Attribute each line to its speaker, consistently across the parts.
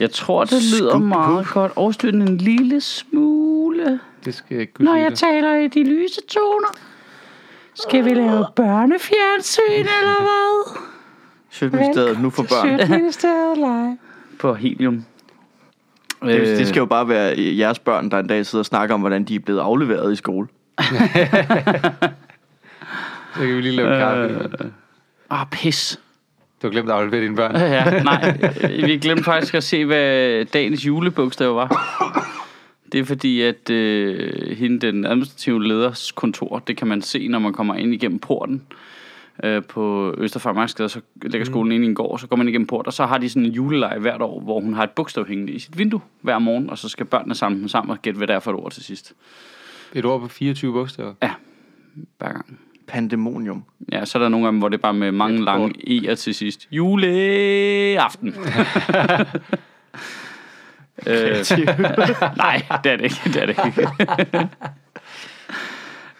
Speaker 1: Jeg tror, det lyder
Speaker 2: Scoop,
Speaker 1: meget godt. Overstyrende en lille smule.
Speaker 2: Det skal jeg ikke kunne
Speaker 1: Når
Speaker 2: sige
Speaker 1: jeg
Speaker 2: dig.
Speaker 1: taler i de lyse toner. Skal vi lave børnefjernsyn, eller hvad?
Speaker 3: Sjøtministeriet nu for børn.
Speaker 1: Sjøtministeriet live. På helium.
Speaker 3: Det, det skal jo bare være øh, jeres børn, der en dag sidder og snakker om, hvordan de er blevet afleveret i skole.
Speaker 2: Så kan vi lige lave
Speaker 1: Øh,
Speaker 2: kaffe.
Speaker 1: Ah, pis.
Speaker 2: Du har glemt at aflevere dine børn.
Speaker 1: Ja, nej, vi glemte faktisk at se, hvad dagens julebogstav var. Det er fordi, at øh, hende, den administrative leders kontor, det kan man se, når man kommer ind igennem porten øh, på Østerfarmarkedsgade, så ligger skolen inde i en gård, så går man igennem porten, og så har de sådan en juleleje hvert år, hvor hun har et bogstav hængende i sit vindue hver morgen, og så skal børnene samle dem sammen og gætte, hvad det er for et ord til sidst.
Speaker 2: Et ord på 24 bogstaver.
Speaker 1: Hver gang.
Speaker 3: Pandemonium.
Speaker 1: Ja, så er der nogle af dem, hvor det er bare med mange lange E'er til sidst. Juleaften. øh, nej, det er det ikke. Det er det ikke.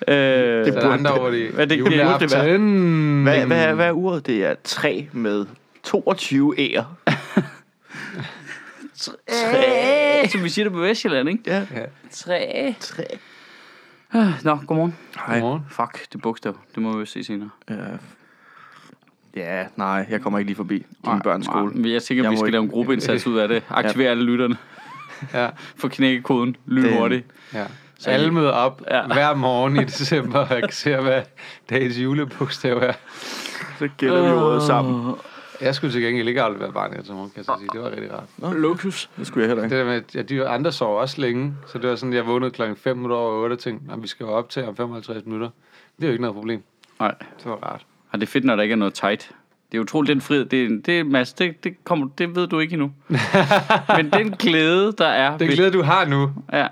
Speaker 1: øh,
Speaker 2: Så er der andre ord, det
Speaker 1: Hvad er det,
Speaker 3: det er?
Speaker 2: juleaften.
Speaker 3: Hvad, hvad, er- hvad er uret? Det er 3 med 22 ærer.
Speaker 1: træ, som vi siger det på Vestjylland, ikke?
Speaker 3: Ja.
Speaker 2: Ja.
Speaker 1: Træ.
Speaker 3: 3.
Speaker 1: Nå, godmorgen.
Speaker 2: Godmorgen.
Speaker 1: Fuck, det bogstav. Det må vi se senere.
Speaker 3: Ja. Øh, ja, nej, jeg kommer ikke lige forbi din
Speaker 1: Nej,
Speaker 3: børns skole.
Speaker 1: nej, men Jeg er sikker,
Speaker 3: Jeg
Speaker 1: vi
Speaker 3: må
Speaker 1: skal
Speaker 3: ikke-
Speaker 1: lave en gruppeindsats ud af det. Aktiver alle lytterne.
Speaker 2: Ja.
Speaker 1: Få knækket koden. Lyn
Speaker 3: Det-
Speaker 1: hurtigt.
Speaker 2: Ja. Så alle møder op
Speaker 1: Ja.
Speaker 2: ja. hver morgen i december og ser, hvad dagens julebogstav er.
Speaker 3: Så gælder vi ordet sammen.
Speaker 2: Jeg skulle til gengæld ikke aldrig være barn, jeg tror, kan jeg så sige. Det var rigtig rart.
Speaker 1: Luksus.
Speaker 3: Det skulle jeg heller
Speaker 2: Det
Speaker 3: ikke.
Speaker 2: der med, at ja, de andre sov også længe, så det var sådan, jeg vågnede klokken 5 minutter over 8 og tænkte, at vi skal jo op til om 55 minutter. Det er jo ikke noget problem.
Speaker 1: Nej.
Speaker 2: Det var rart.
Speaker 1: Og det er fedt, når der ikke er noget tight. Det er utroligt, den frihed, det, er- det er Mads, det, det, kommer, det ved du ikke endnu. Men den glæde, der er,
Speaker 2: Den
Speaker 1: ved-
Speaker 2: glæde, du har nu,
Speaker 1: ja,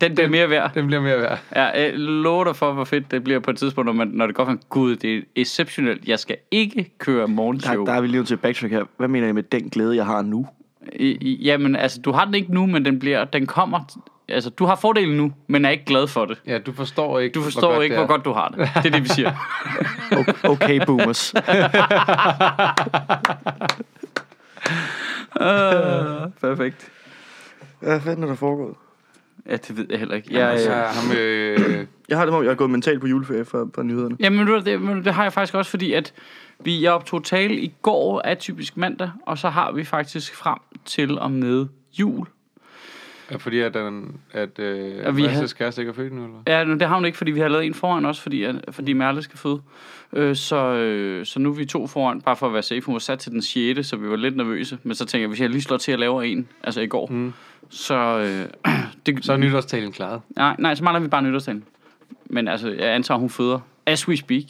Speaker 1: den bliver mere værd.
Speaker 2: den bliver mere værd.
Speaker 1: Ja, jeg lover dig for, hvor fedt det bliver på et tidspunkt, når, man, når det går for, gud, det er exceptionelt, jeg skal ikke køre
Speaker 3: Der,
Speaker 1: morgenshow.
Speaker 3: der er vi lige nødt til at backtrack her. Hvad mener I med den glæde, jeg har nu?
Speaker 1: I- I- Jamen, altså, du har den ikke nu, men den, bliver, den kommer. Altså, du har fordelen nu, men er ikke glad for det.
Speaker 2: Ja, du forstår ikke,
Speaker 1: Du forstår hvor ikke,
Speaker 2: det
Speaker 1: hvor
Speaker 2: er.
Speaker 1: godt du har det. Det er det, vi siger.
Speaker 3: O- Okay, boomers.
Speaker 1: uh, perfekt.
Speaker 3: Hvad fanden er der foregået?
Speaker 1: Ja, det ved jeg heller ikke. Jeg,
Speaker 2: Altså,
Speaker 1: øh,
Speaker 2: ham, øh,
Speaker 3: Jeg har det, som om jeg har gået mentalt på juleferie fra, fra nyhederne.
Speaker 1: Jamen, ved du, det, men det har jeg faktisk også, fordi at vi, jeg optog tale i går af typisk mandag, og så har vi faktisk frem til og med jul.
Speaker 2: er fordi at, den, at øh,
Speaker 1: Og
Speaker 2: og
Speaker 1: vi
Speaker 2: vi
Speaker 1: havde-
Speaker 2: Mads' kæreste ikke er født nu, eller?
Speaker 1: Ja, men det har hun ikke, fordi vi har lavet en foran også, fordi, fordi Merle skal føde. Øh, så, øh, så nu er vi to foran, bare for at være safe. Hun var sat til den 6., så vi var lidt nervøse. Men så tænker jeg, hvis jeg lige slår til at lave en, altså i går, mm. så... Øh, det,
Speaker 2: Så er nytårstalen klaret.
Speaker 1: nej, nej, så mangler vi bare nytårstalen. Men altså, jeg antager, hun føder. As we speak.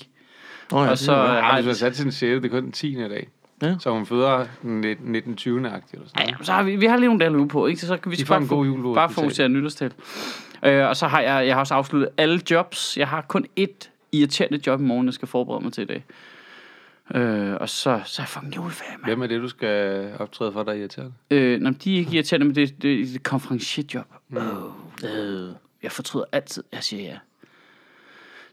Speaker 3: Oh,
Speaker 1: Og så...
Speaker 2: Ja,
Speaker 1: ej,
Speaker 2: hvis man sat til den 6. det er kun den 10. i dag.
Speaker 3: Ja.
Speaker 2: Ja. Så hun føder den 19. 20. agtig eller sådan
Speaker 1: Ja,
Speaker 2: noget.
Speaker 1: ja, så har vi, vi har lige nogle dage at løbe på, ikke? Så, så kan vi
Speaker 2: De
Speaker 1: så
Speaker 2: får
Speaker 1: bare,
Speaker 2: en
Speaker 1: fo-
Speaker 2: god jul på
Speaker 1: bare
Speaker 2: hospitalet.
Speaker 1: fokusere nytårstal. Øh, og så har jeg, jeg har også afsluttet alle jobs. Jeg har kun ét irriterende job i morgen, jeg skal forberede mig til i dag. Øh, og så, så er jeg fucking juleferie, mand.
Speaker 2: Hvem er det, du skal optræde for, der er irriterende?
Speaker 1: Øh, nå, men de er ikke irriterende, men det, det, det kom fra en shitjob. Oh, øh, jeg fortryder altid, jeg siger ja.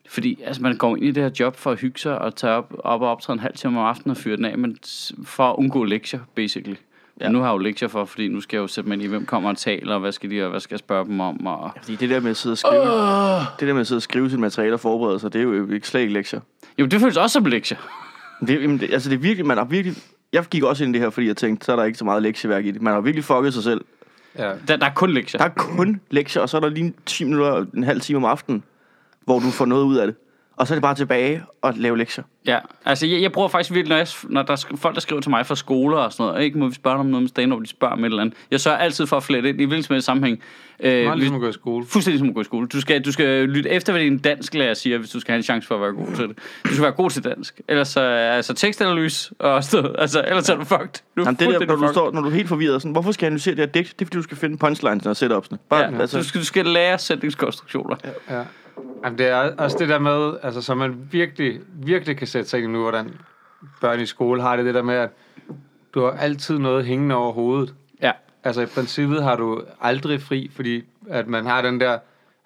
Speaker 1: Fordi altså, man går ind i det her job for at hygge sig og tage op, op og optræde en halv time om aftenen og fyre den af, men s- for at undgå lektier, basically. Ja. Nu har jeg jo lektier for, fordi nu skal jeg jo sætte mig ind i, hvem kommer og taler, og hvad skal de, og hvad skal jeg spørge dem om, og...
Speaker 3: Fordi det der med at sidde og skrive, oh. det der med at sidde og skrive sit materiale og forberede sig, det er jo ikke slet ikke lektier.
Speaker 1: Jo, det føles også som lektier.
Speaker 3: Men Det, jamen, det, altså det er virkelig, man har virkelig... Jeg gik også ind i det her, fordi jeg tænkte, så er der ikke så meget lektieværk i det. Man har virkelig fucket sig selv.
Speaker 2: Ja.
Speaker 1: Der, der er kun lektier.
Speaker 3: Der er kun lektier, og så er der lige 10 minutter, en halv time om aftenen, hvor du får noget ud af det. Og så er det bare tilbage og lave lektier.
Speaker 1: Ja, altså jeg, jeg bruger faktisk virkelig, når, jeg, når der er sk- folk, der skriver til mig fra skoler og sådan noget, ikke må vi spørge dem om noget med stand-up, de spørger om et eller andet. Jeg sørger altid for at flette ind i hvilken som helst sammenhæng. Øh,
Speaker 2: Meget
Speaker 1: hvis,
Speaker 2: ligesom at gå i skole.
Speaker 1: fuldstændig som at gå i skole. Du skal, du skal lytte efter, hvad din dansklærer siger, hvis du skal have en chance for at være god til det. Du skal være god til dansk. Ellers så er altså, tekstanalyse og stå, altså, ellers er du fucked. Du er
Speaker 3: Jamen, det der,
Speaker 1: fuldstændig
Speaker 3: når du,
Speaker 1: fucked.
Speaker 3: står, når du er helt forvirret, sådan, hvorfor skal jeg analysere det her digt? Det er, fordi du skal finde punchlines og setupsene. Bare, ja,
Speaker 1: Ja,
Speaker 3: altså,
Speaker 1: du, skal, du skal lære sætningskonstruktioner.
Speaker 2: Ja. Jamen, det er også det der med, altså, så man virkelig, virkelig kan sætte sig ind i nu, hvordan børn i skole har det, det der med, at du har altid noget hængende over hovedet.
Speaker 1: Ja.
Speaker 2: Altså, i princippet har du aldrig fri, fordi at man har den der,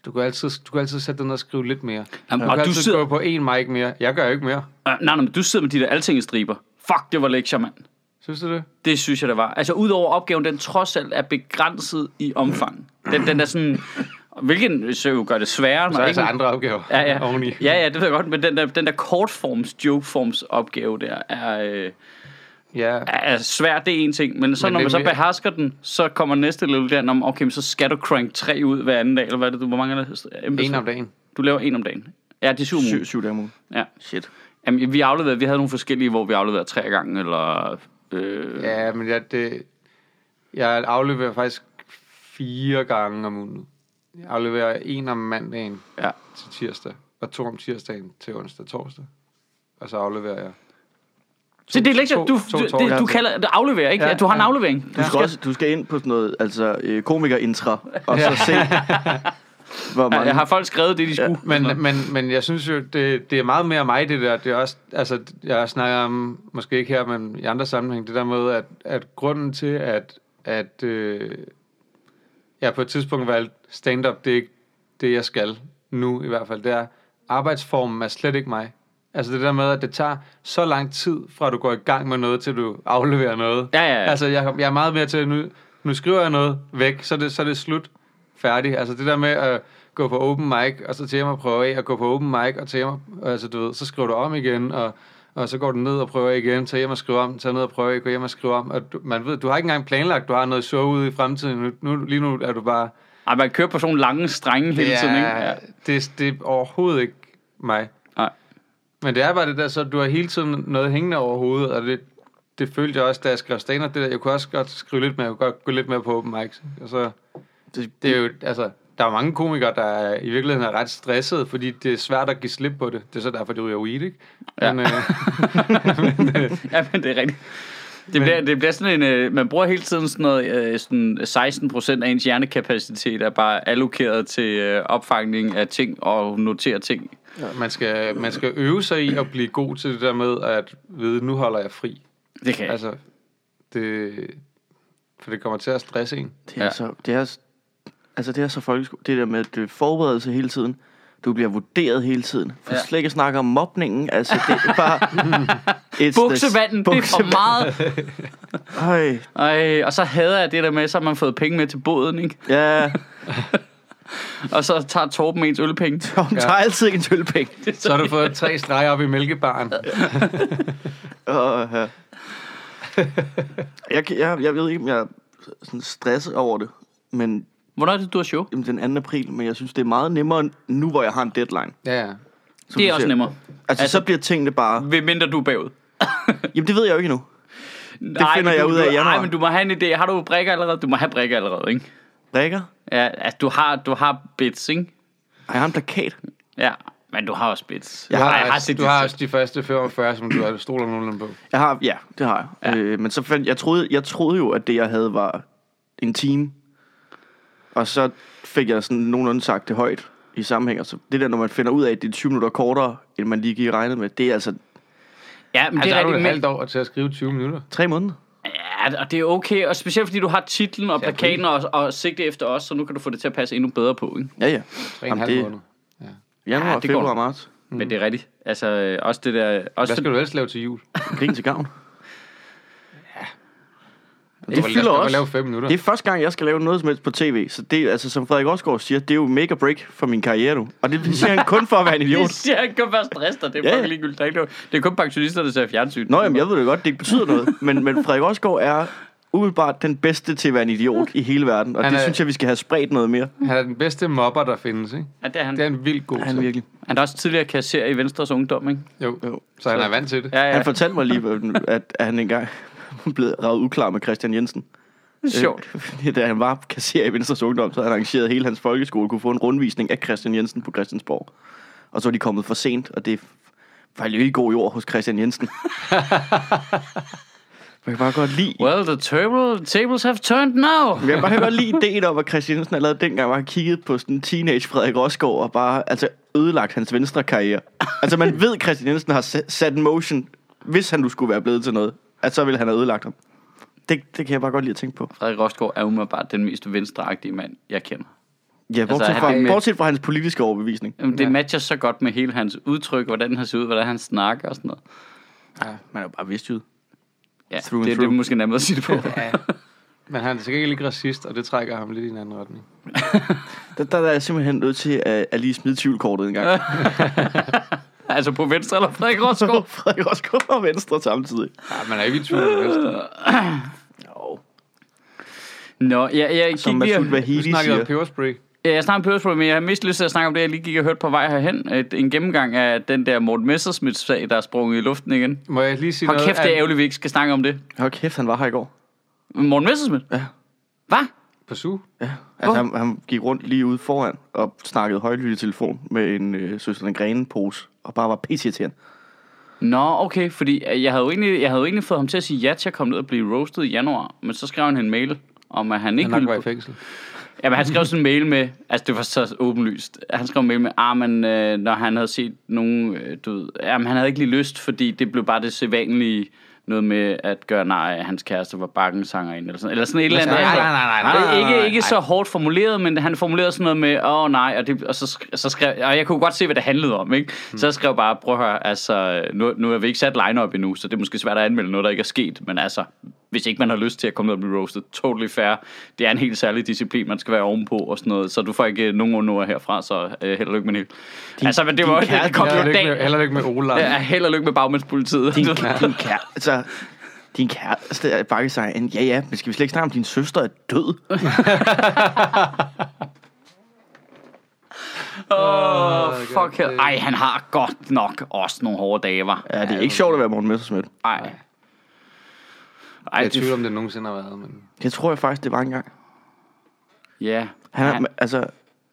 Speaker 2: du kan altid, du kan altid sætte den og skrive lidt mere.
Speaker 1: Jamen,
Speaker 2: du
Speaker 1: og
Speaker 2: kan
Speaker 1: du
Speaker 2: altid
Speaker 1: sidder-
Speaker 2: gå på en mic mere. Jeg gør jo ikke mere.
Speaker 1: Øh, nej, nej, men du sidder med de der altingestriber. Fuck, det var lektier, mand.
Speaker 2: Så Synes du det?
Speaker 1: Det synes jeg, der var. Altså, udover opgaven, den trods alt er begrænset i omfang. Den, den er sådan... Hvilken så jo gør det sværere.
Speaker 2: Så er
Speaker 1: når
Speaker 2: altså
Speaker 1: ikke-
Speaker 2: andre opgaver
Speaker 1: Ja, ja.
Speaker 2: oveni.
Speaker 1: ja, ja, det ved jeg godt, men den der, den der kortforms, jokeforms opgave der er, øh,
Speaker 2: ja.
Speaker 1: er svær, det er en ting. Men så men
Speaker 2: Men
Speaker 1: når
Speaker 2: det
Speaker 1: man
Speaker 2: er
Speaker 1: så
Speaker 2: mere-
Speaker 1: behersker den, så kommer næste level der, om, okay, men så skal du crank 3 ud hver anden dag, eller hvad er det, du, hvor mange er det?
Speaker 2: En om dagen.
Speaker 1: Du laver en om dagen. Ja, de syv, om
Speaker 3: Syv,
Speaker 1: ugen.
Speaker 3: syv dage om ugen.
Speaker 1: Ja.
Speaker 3: Shit.
Speaker 1: Jamen, vi afleverede, vi havde nogle forskellige, hvor vi afleverede tre gange, eller... Øh, ja.
Speaker 2: Ja, men jeg, det, jeg afleverer faktisk fire gange om ugen. Jeg afleverer en om mandagen
Speaker 1: ja.
Speaker 2: til tirsdag, og to om tirsdagen til onsdag og torsdag. Og så afleverer jeg.
Speaker 1: Så det er lektier,
Speaker 2: to-
Speaker 1: du,
Speaker 2: to
Speaker 1: du,
Speaker 2: torsdage.
Speaker 1: det, du kalder det afleverer, ikke?
Speaker 2: Ja,
Speaker 1: Ja, du har en
Speaker 2: ja.
Speaker 1: aflevering.
Speaker 3: Du skal, også, du skal ind på sådan noget, altså øh, komiker-intra, og så se, hvor
Speaker 1: Ja,
Speaker 3: mange...
Speaker 1: jeg har folk skrevet det, de skulle. Ja,
Speaker 2: Men, men, men jeg synes jo, det, det er meget mere mig, det der. Det er også, altså, jeg snakker om, måske ikke her, men i andre sammenhæng, det der med, at, at grunden til, at, at øh, jeg på et tidspunkt valgte stand-up, det er ikke det, jeg skal nu i hvert fald, det er, arbejdsformen er slet ikke mig. Altså det der med, at det tager så lang tid, fra du går i gang med noget, til du afleverer noget.
Speaker 1: Ja, ja, ja.
Speaker 2: Altså jeg, jeg er meget mere til, nu, nu skriver jeg noget væk, så er det, så er det slut. Færdig. Altså det der med at gå på open mic, og så til hjem og prøve af, og gå på open mic, og til hjem og, altså du ved, så skriver du om igen, og, og så går du ned og prøver igen, tager hjem og skriver om, tager ned og prøver, af, går hjem og skriver om, og du, man ved, du har ikke engang planlagt, du har noget show ude i fremtiden, nu, nu, lige nu er du bare,
Speaker 1: Ej, man kører på sådan nogle lange strenge hele tiden, ikke? Ja.
Speaker 2: det, det er overhovedet ikke mig.
Speaker 1: Nej.
Speaker 2: Men det er bare det der, så du har hele tiden noget hængende over hovedet, og det, det følte jeg også, da jeg skrev stand det der, jeg kunne også godt skrive lidt mere, jeg kunne godt gå lidt mere på open mics. Og så,
Speaker 3: Det-
Speaker 2: det, det er jo, altså, der er mange komikere, der er, i virkeligheden er ret stressede, fordi det er svært at give slip på det. Det er så derfor, de ryger weed, ikke? Ja. Men, øh,
Speaker 1: ja, men det er rigtigt. Det, bliver, det bliver sådan en, øh, man bruger hele tiden sådan noget, øh, sådan 16 procent af ens hjernekapacitet er bare allokeret til øh, opfangning af ting og notere ting.
Speaker 2: man, skal, man skal øve sig i at blive god til det der med at vide, nu holder jeg fri.
Speaker 1: Det kan jeg. Altså,
Speaker 2: Altså, det, for det kommer til at stresse en.
Speaker 3: Det er,
Speaker 1: Ja.
Speaker 3: så, det er, s- altså det er så folkeskole. Det der med at øh, forberedelse hele tiden. Du bliver vurderet hele tiden. For
Speaker 1: Ja.
Speaker 3: ja. slet ikke at snakke om mobningen. Altså det er bare... it's
Speaker 1: Buksevanden, det er for meget.
Speaker 3: Øj,
Speaker 1: Ej, og så hader jeg det der med, så har man fået penge med til båden, ikke?
Speaker 3: ja.
Speaker 1: Og så tager Torben ens ølpenge.
Speaker 3: Tom ja. tager altid en tølpenge.
Speaker 2: Så har du fået tre streger op i mælkebaren.
Speaker 3: Og, ja. jeg, kan- jeg, jeg ved ikke, om jeg er sådan stresset over det. Men
Speaker 1: Hvornår er det, du har show?
Speaker 3: jamen, den 2. april, men jeg synes, det er meget nemmere nu, hvor jeg har en deadline.
Speaker 2: Ja, ja.
Speaker 3: Som
Speaker 1: Det er
Speaker 3: du
Speaker 1: også
Speaker 3: siger.
Speaker 1: nemmere.
Speaker 3: Altså, altså, så bliver tingene bare...
Speaker 1: Hvem mindre du er bagud.
Speaker 3: Jamen, det ved jeg jo ikke endnu.
Speaker 1: Nej,
Speaker 3: finder
Speaker 1: men
Speaker 3: jeg
Speaker 1: du,
Speaker 3: ud af i
Speaker 1: du-
Speaker 3: januar.
Speaker 1: Nej, men du må have en idé. Har du brikker allerede? Du må have brikker allerede, ikke?
Speaker 3: Rækker?
Speaker 1: Ja, altså, du har, du har bits, ikke?
Speaker 3: Ej, Jeg har en plakat.
Speaker 1: Ja, men du har også bits.
Speaker 3: Jeg
Speaker 2: Du
Speaker 1: Ej,
Speaker 2: har,
Speaker 1: jeg
Speaker 2: også,
Speaker 1: set
Speaker 2: du
Speaker 1: dit
Speaker 2: har
Speaker 1: selv.
Speaker 2: også de første 45, som du har stoler nogenlunde på.
Speaker 3: Jeg har, ja, det har jeg. Ja. Øh, men så fandt, jeg troede, jeg troede jo, at det, jeg havde, var en time. Og så fik jeg sådan nogenlunde sagt det højt i sammenhæng. Og så det der, når man finder ud af, at det er 20 minutter kortere, end man lige gik regnet med, det er altså
Speaker 1: Ja, men
Speaker 2: Altså,
Speaker 1: det er
Speaker 2: har du et
Speaker 1: rigtigt.
Speaker 2: halvt
Speaker 1: Men,
Speaker 2: år til at skrive 20 minutter?
Speaker 3: tre måneder.
Speaker 1: ja, og det er okay, og specielt fordi du har titlen og
Speaker 2: Selvfølgelig.
Speaker 1: plakaten og, og sigte efter os, så nu kan du få det til at passe endnu bedre på, ikke?
Speaker 3: Ja, ja.
Speaker 2: Tre og en
Speaker 3: Jamen,
Speaker 2: halv
Speaker 3: det-
Speaker 2: måned.
Speaker 3: Januar,
Speaker 1: Ja,
Speaker 3: ja,
Speaker 1: det går
Speaker 3: februar,
Speaker 1: nok.
Speaker 3: marts.
Speaker 1: Mm. Men det er rigtigt. Altså, øh, også det der... Også
Speaker 2: Hvad skal du ellers lave til jul?
Speaker 3: Grin til gavn. Ja.
Speaker 2: Du
Speaker 3: Det
Speaker 2: kan
Speaker 3: fylder
Speaker 2: lave- Du kan lave
Speaker 3: også.
Speaker 2: 5 minutter.
Speaker 3: Det er første gang, jeg skal lave noget som helst på tv. Så det, altså, som Frederik Osgaard siger, det er jo make or break for min karriere, du. Og det siger han kun for at være en
Speaker 1: Det
Speaker 3: idiot.
Speaker 1: siger han kun først rester, det er
Speaker 3: Ja, ja.
Speaker 1: fucking ligegyldigt. Der er ikke noget- Det er kun pensionister, der ser fjernsyn.
Speaker 3: Nå, jamen, jeg ved det godt, det ikke betyder noget. Men, men Frederik Osgaard er umiddelbart den bedste til at være en idiot i hele verden. Og
Speaker 2: Han
Speaker 3: det
Speaker 2: er-
Speaker 3: synes jeg, vi skal have spredt noget mere.
Speaker 2: Han er den bedste mobber, der findes, ikke?
Speaker 1: Ja, det er han.
Speaker 2: Det er en vildt god
Speaker 3: Han,
Speaker 2: til.
Speaker 3: virkelig.
Speaker 1: Han er også tidligere kasserer i Venstres Ungdom, ikke?
Speaker 2: Jo.
Speaker 3: Jo.
Speaker 2: Så han er vant til det.
Speaker 1: Ja, ja.
Speaker 3: han fortalte mig lige, hvordan- at, at han engang blev ravet uklar med Christian Jensen.
Speaker 1: Det er sjovt.
Speaker 3: Øh, da han var kasserer i Venstres Ungdom, så havde han arrangeret at hele hans folkeskole, kunne få en rundvisning af Christian Jensen på Christiansborg. Og så var de kommet for sent, og det var jo ikke god jord hos Christian Jensen. Man kan bare godt lide
Speaker 1: Well, the table, tables have turned now.
Speaker 3: Men jeg kan bare godt lide ideen om, at Christian Jensen allerede dengang var kigget på sådan en teenage Frederik Rosgaard og bare altså, ødelagt hans venstre karriere. Altså man ved, at Christian Jensen har sa- sat en motion, hvis han nu skulle være blevet til noget, at så ville han have ødelagt ham. Det, det kan jeg bare godt lide at tænke på.
Speaker 1: Frederik Rostgaard er umiddelbart den mest venstreagtige mand, jeg kender.
Speaker 3: Ja, bortset, altså,
Speaker 1: han er
Speaker 3: fra,
Speaker 1: med-
Speaker 3: bortset fra hans politiske overbevisning.
Speaker 1: Jamen, det matcher så godt med hele hans udtryk, hvordan han ser ud, hvordan han snakker og sådan noget.
Speaker 3: Man er jo bare vestjyd.
Speaker 1: Ja,
Speaker 3: Through and
Speaker 1: det, det er
Speaker 3: through.
Speaker 1: måske nemmere at sige det på.
Speaker 2: Ja. Men han er sikkert ikke racist, og det trækker ham lidt i en anden retning.
Speaker 3: Der, der, er jeg simpelthen nødt til at, at lige smide tvivlkortet en gang.
Speaker 1: altså på venstre eller Frederik Rosgaard.
Speaker 3: Frederik Rosgaard og Venstre samtidig.
Speaker 2: Ja, man er ikke i tvivl. om Venstre.
Speaker 1: Nå, jeg, jeg
Speaker 3: Som
Speaker 1: gik lige... og-
Speaker 3: Masoud
Speaker 2: Du
Speaker 3: Vahidi
Speaker 2: snakkede
Speaker 3: siger.
Speaker 2: om peberspray.
Speaker 1: Ja, jeg snakker om på, men jeg har mest lyst til at snakke om det, jeg lige gik og hørte på vej herhen. Et, en gennemgang af den der Morten Messersmith-sag, der er sprunget i luften igen.
Speaker 2: Må jeg lige sige
Speaker 1: Hold
Speaker 2: noget?
Speaker 1: kæft, det er
Speaker 2: at-
Speaker 1: ærgerligt, vi ikke skal snakke om det.
Speaker 3: Hold kæft, han var her i går.
Speaker 1: Men Morten Messersmith?
Speaker 3: Ja.
Speaker 1: Hvad?
Speaker 2: På su?
Speaker 3: Altså,
Speaker 1: Hvor?
Speaker 3: han, han gik rundt lige ude foran og snakkede højlydt i telefon med en øh, søsteren Grene pose og bare var pisse til
Speaker 1: Nå, okay, fordi øh, jeg havde, jo egentlig, jeg havde jo egentlig fået ham til at sige ja til at komme ned og blive roasted i januar, men så skrev han en mail om, at han ikke
Speaker 2: Han nok var i
Speaker 1: ville...
Speaker 2: fængsel.
Speaker 1: Jamen, han skrev sådan en mail med, altså det var så åbenlyst, han skrev en mail med, ah, men øh, når han havde set nogen, øh, du ved, jamen han havde ikke lige lyst, fordi det blev bare det sædvanlige noget med at gøre nej, at hans kæreste var bakkensangerinde, eller sådan, eller sådan et eller andet.
Speaker 2: Nej, nej, nej, nej, nej, nej, nej,
Speaker 1: Ikke,
Speaker 2: nej.
Speaker 1: ikke så hårdt formuleret, men han formulerede sådan noget med, åh oh, nej, og, det, og, så, sk- så skrev, og jeg kunne godt se, hvad det handlede om, ikke?
Speaker 2: Hmm.
Speaker 1: Så jeg skrev bare, prøv at høre, altså, nu, nu har vi ikke sat line-up endnu, så det er måske svært at anmelde noget, der ikke er sket, men altså, hvis ikke man har lyst til at komme ned og blive roasted, totally fair. Det er en helt særlig disciplin, man skal være ovenpå og sådan noget, så du får ikke øh, nogen under herfra, så øh, held og lykke med det. Altså, men det var også, det kom jo
Speaker 2: Heller
Speaker 1: en
Speaker 2: ikke
Speaker 1: dag.
Speaker 2: med, heller ikke med Ola.
Speaker 1: Ja, held og lykke med bagmandspolitiet.
Speaker 3: Din, din kæreste, altså, din kæreste er bakke sig en, ja ja, men skal vi slet ikke snakke om, din søster er død?
Speaker 1: Åh, oh,
Speaker 2: God
Speaker 1: fuck. hell. Ej, han har godt nok også nogle hårde dage, var.
Speaker 3: Ja, det er ikke sjovt at være Morten Messerschmidt.
Speaker 1: Ej. Ej,
Speaker 2: Jeg er i tvivl
Speaker 1: det,
Speaker 2: om, det nogensinde har været, men...
Speaker 3: Det tror jeg faktisk, det var engang.
Speaker 1: ja.
Speaker 3: Han er,
Speaker 1: Han-
Speaker 3: altså,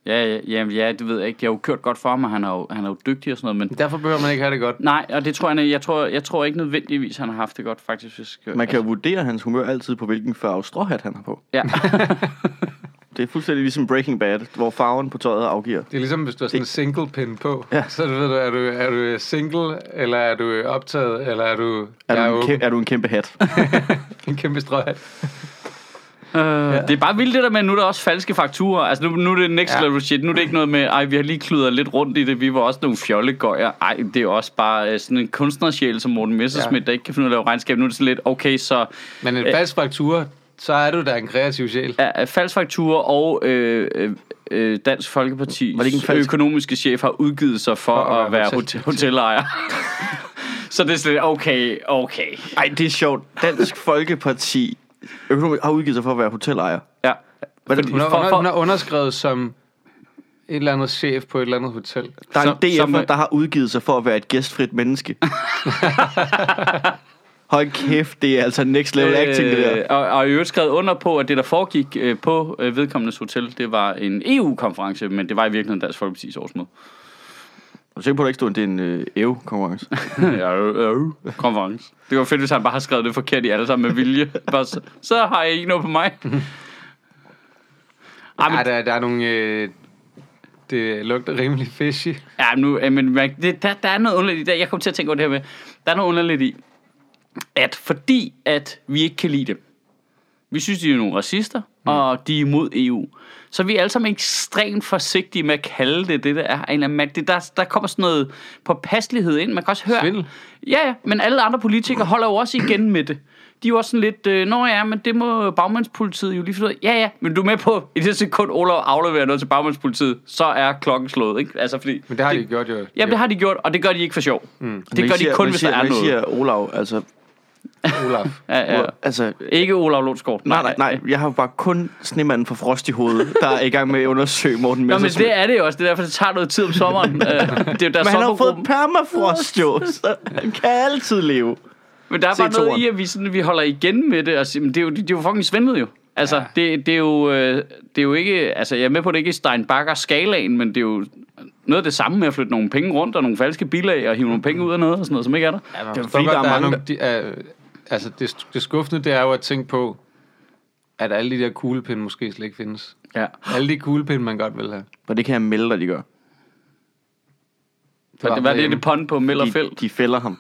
Speaker 1: Ja, ja, ja, ja, det ved jeg ikke. Det har jo kørt godt for ham, og han er jo, han er jo dygtig og sådan noget, men...
Speaker 2: Derfor behøver man ikke have det godt.
Speaker 1: Nej, og det tror jeg, jeg tror, jeg tror ikke nødvendigvis, han har haft det godt, faktisk. Hvis jeg skal,
Speaker 3: man kan jo vurdere hans humør altid på, hvilken farve stråhat han har på.
Speaker 1: Ja.
Speaker 3: Det er fuldstændig ligesom Breaking Bad, hvor farven på tøjet afgiver.
Speaker 2: Det er ligesom, hvis du har sådan en single pin på.
Speaker 3: Ja.
Speaker 2: Så ved du, er du, er du single, eller er du optaget, eller er du...
Speaker 3: Er,
Speaker 2: jeg
Speaker 3: du, en
Speaker 2: åben.
Speaker 3: kæmpe, er du en kæmpe hat?
Speaker 2: en kæmpe strøg.
Speaker 1: Øh, Det er bare vildt det der med, at nu er der også falske fakturer. Altså nu, nu er det next
Speaker 2: Ja.
Speaker 1: level shit. Nu er det ikke noget med, ej, vi har lige kludret lidt rundt i det. Vi var også nogle fjollegøjer. Ej, det er også bare øh, sådan en kunstnersjæl som Morten Messerschmidt, ja.
Speaker 2: Ja.
Speaker 1: der ikke kan finde ud af at lave regnskab. Nu er det sådan lidt, okay, så
Speaker 2: Men en falsk fraktur, så er du da en kreativ sjæl.
Speaker 1: Ja, falsk faktura og øh, øh, øh, Dansk Folkeparti
Speaker 3: Var det ikke en falsk-
Speaker 1: økonomiske chef har udgivet sig for, for at, at være hotel,
Speaker 2: hotel-
Speaker 1: hotelejer. så det er sådan lidt, okay, okay.
Speaker 3: Ej, det er sjovt. Dansk Folkeparti økonomisk har udgivet sig for at være hotelejer.
Speaker 1: Ja.
Speaker 3: Hvordan,
Speaker 1: Fordi-
Speaker 2: Hun har,
Speaker 1: For-
Speaker 2: hun, har,
Speaker 1: for-
Speaker 2: hun har underskrevet som et eller andet chef på et eller andet hotel.
Speaker 3: der er en
Speaker 1: så- så
Speaker 3: DM'er,
Speaker 1: må-
Speaker 3: der har udgivet sig for at være et gæstfrit menneske. Hold kæft, det er altså next level
Speaker 1: Øh,
Speaker 3: acting, det der.
Speaker 1: og, og i øvrigt skrevet under på, at det, der foregik øh, på øh, vedkommendes hotel, det var en EU-konference, men det var i virkeligheden Dansk Folkeparti's årsmøde.
Speaker 3: Jeg er sikker på, at der ikke stod, at det er en øh, EU-konkurrence.
Speaker 1: ja, øh, øh, konference. Det var fedt, hvis han bare har skrevet det forkert i alle sammen med vilje. Bare så, så har jeg ikke noget på mig. Ej, men
Speaker 2: Ej, der, der er nogle... Øh, det lugter rimelig fishy.
Speaker 1: Ja, nu, øh, men man- det, der, der er noget underligt i det. Jeg kom til at tænke over det her med. Der er noget underligt i, at fordi at vi ikke kan lide dem, vi synes, de er nogle racister, mm. og de er imod EU, så er vi alle sammen ekstremt forsigtige med at kalde det det, der er. En eller anden mand. Det, der, der kommer sådan noget påpasselighed ind. Man kan også høre...
Speaker 2: Svindel.
Speaker 1: Ja, ja, men alle andre politikere holder jo også igen med det. De er jo også sådan lidt, øh, nå ja, men det må bagmandspolitiet jo lige finde ud af. Ja, ja, men du er med på, i det sekund, Olof afleverer noget til bagmandspolitiet, så er klokken slået, ikke? Altså, fordi
Speaker 2: Men det har de gjort jo.
Speaker 1: Ja, det har de gjort, og det gør de ikke for sjov. Mm. Det gør de kun, hvis der er
Speaker 3: Man
Speaker 1: noget.
Speaker 3: siger Olav, altså...
Speaker 2: Olaf.
Speaker 1: Ja, ja.
Speaker 3: altså
Speaker 1: Ikke Olav Lundsgaard.
Speaker 3: nej, nej, nej, jeg har bare kun snemanden fra Frost i hovedet, der er i gang med at undersøge Morten
Speaker 1: Nå, men
Speaker 3: Messerschmidt.
Speaker 1: det er det jo også. Det er derfor, det tager noget tid om sommeren. Øh, det er jo der
Speaker 3: Men han har jo fået
Speaker 1: sommergruppen.
Speaker 3: permafrost jo, så han kan altid leve.
Speaker 1: Men der er bare noget
Speaker 3: C2'eren.
Speaker 1: i, at vi, sådan, vi holder igen med det. Og siger, men det er jo, det, er jo fucking svindlet jo. Altså, ja. det, det, er jo, øh, det er jo ikke... Altså, jeg er med på, at det ikke er Steinbacher-skalaen, men det er jo noget af det samme med at flytte nogle penge rundt og nogle falske bilag og hive nogle penge ud af noget og sådan noget, som ikke er der.
Speaker 2: Ja, man
Speaker 3: Det er
Speaker 2: forstår
Speaker 3: fordi,
Speaker 2: godt,
Speaker 3: der er
Speaker 2: der er
Speaker 3: mange,
Speaker 2: nogle, de, er, altså det, det skuffende, det er jo at tænke på, at alle de der kuglepinde måske slet ikke findes.
Speaker 1: Ja.
Speaker 2: Alle de kuglepinde, man godt vil have.
Speaker 3: Og det kan jeg melde dig, de gør.
Speaker 1: Hvad, hvad er det, det pond på
Speaker 3: De,
Speaker 1: Mellerfelt?
Speaker 3: de fælder ham.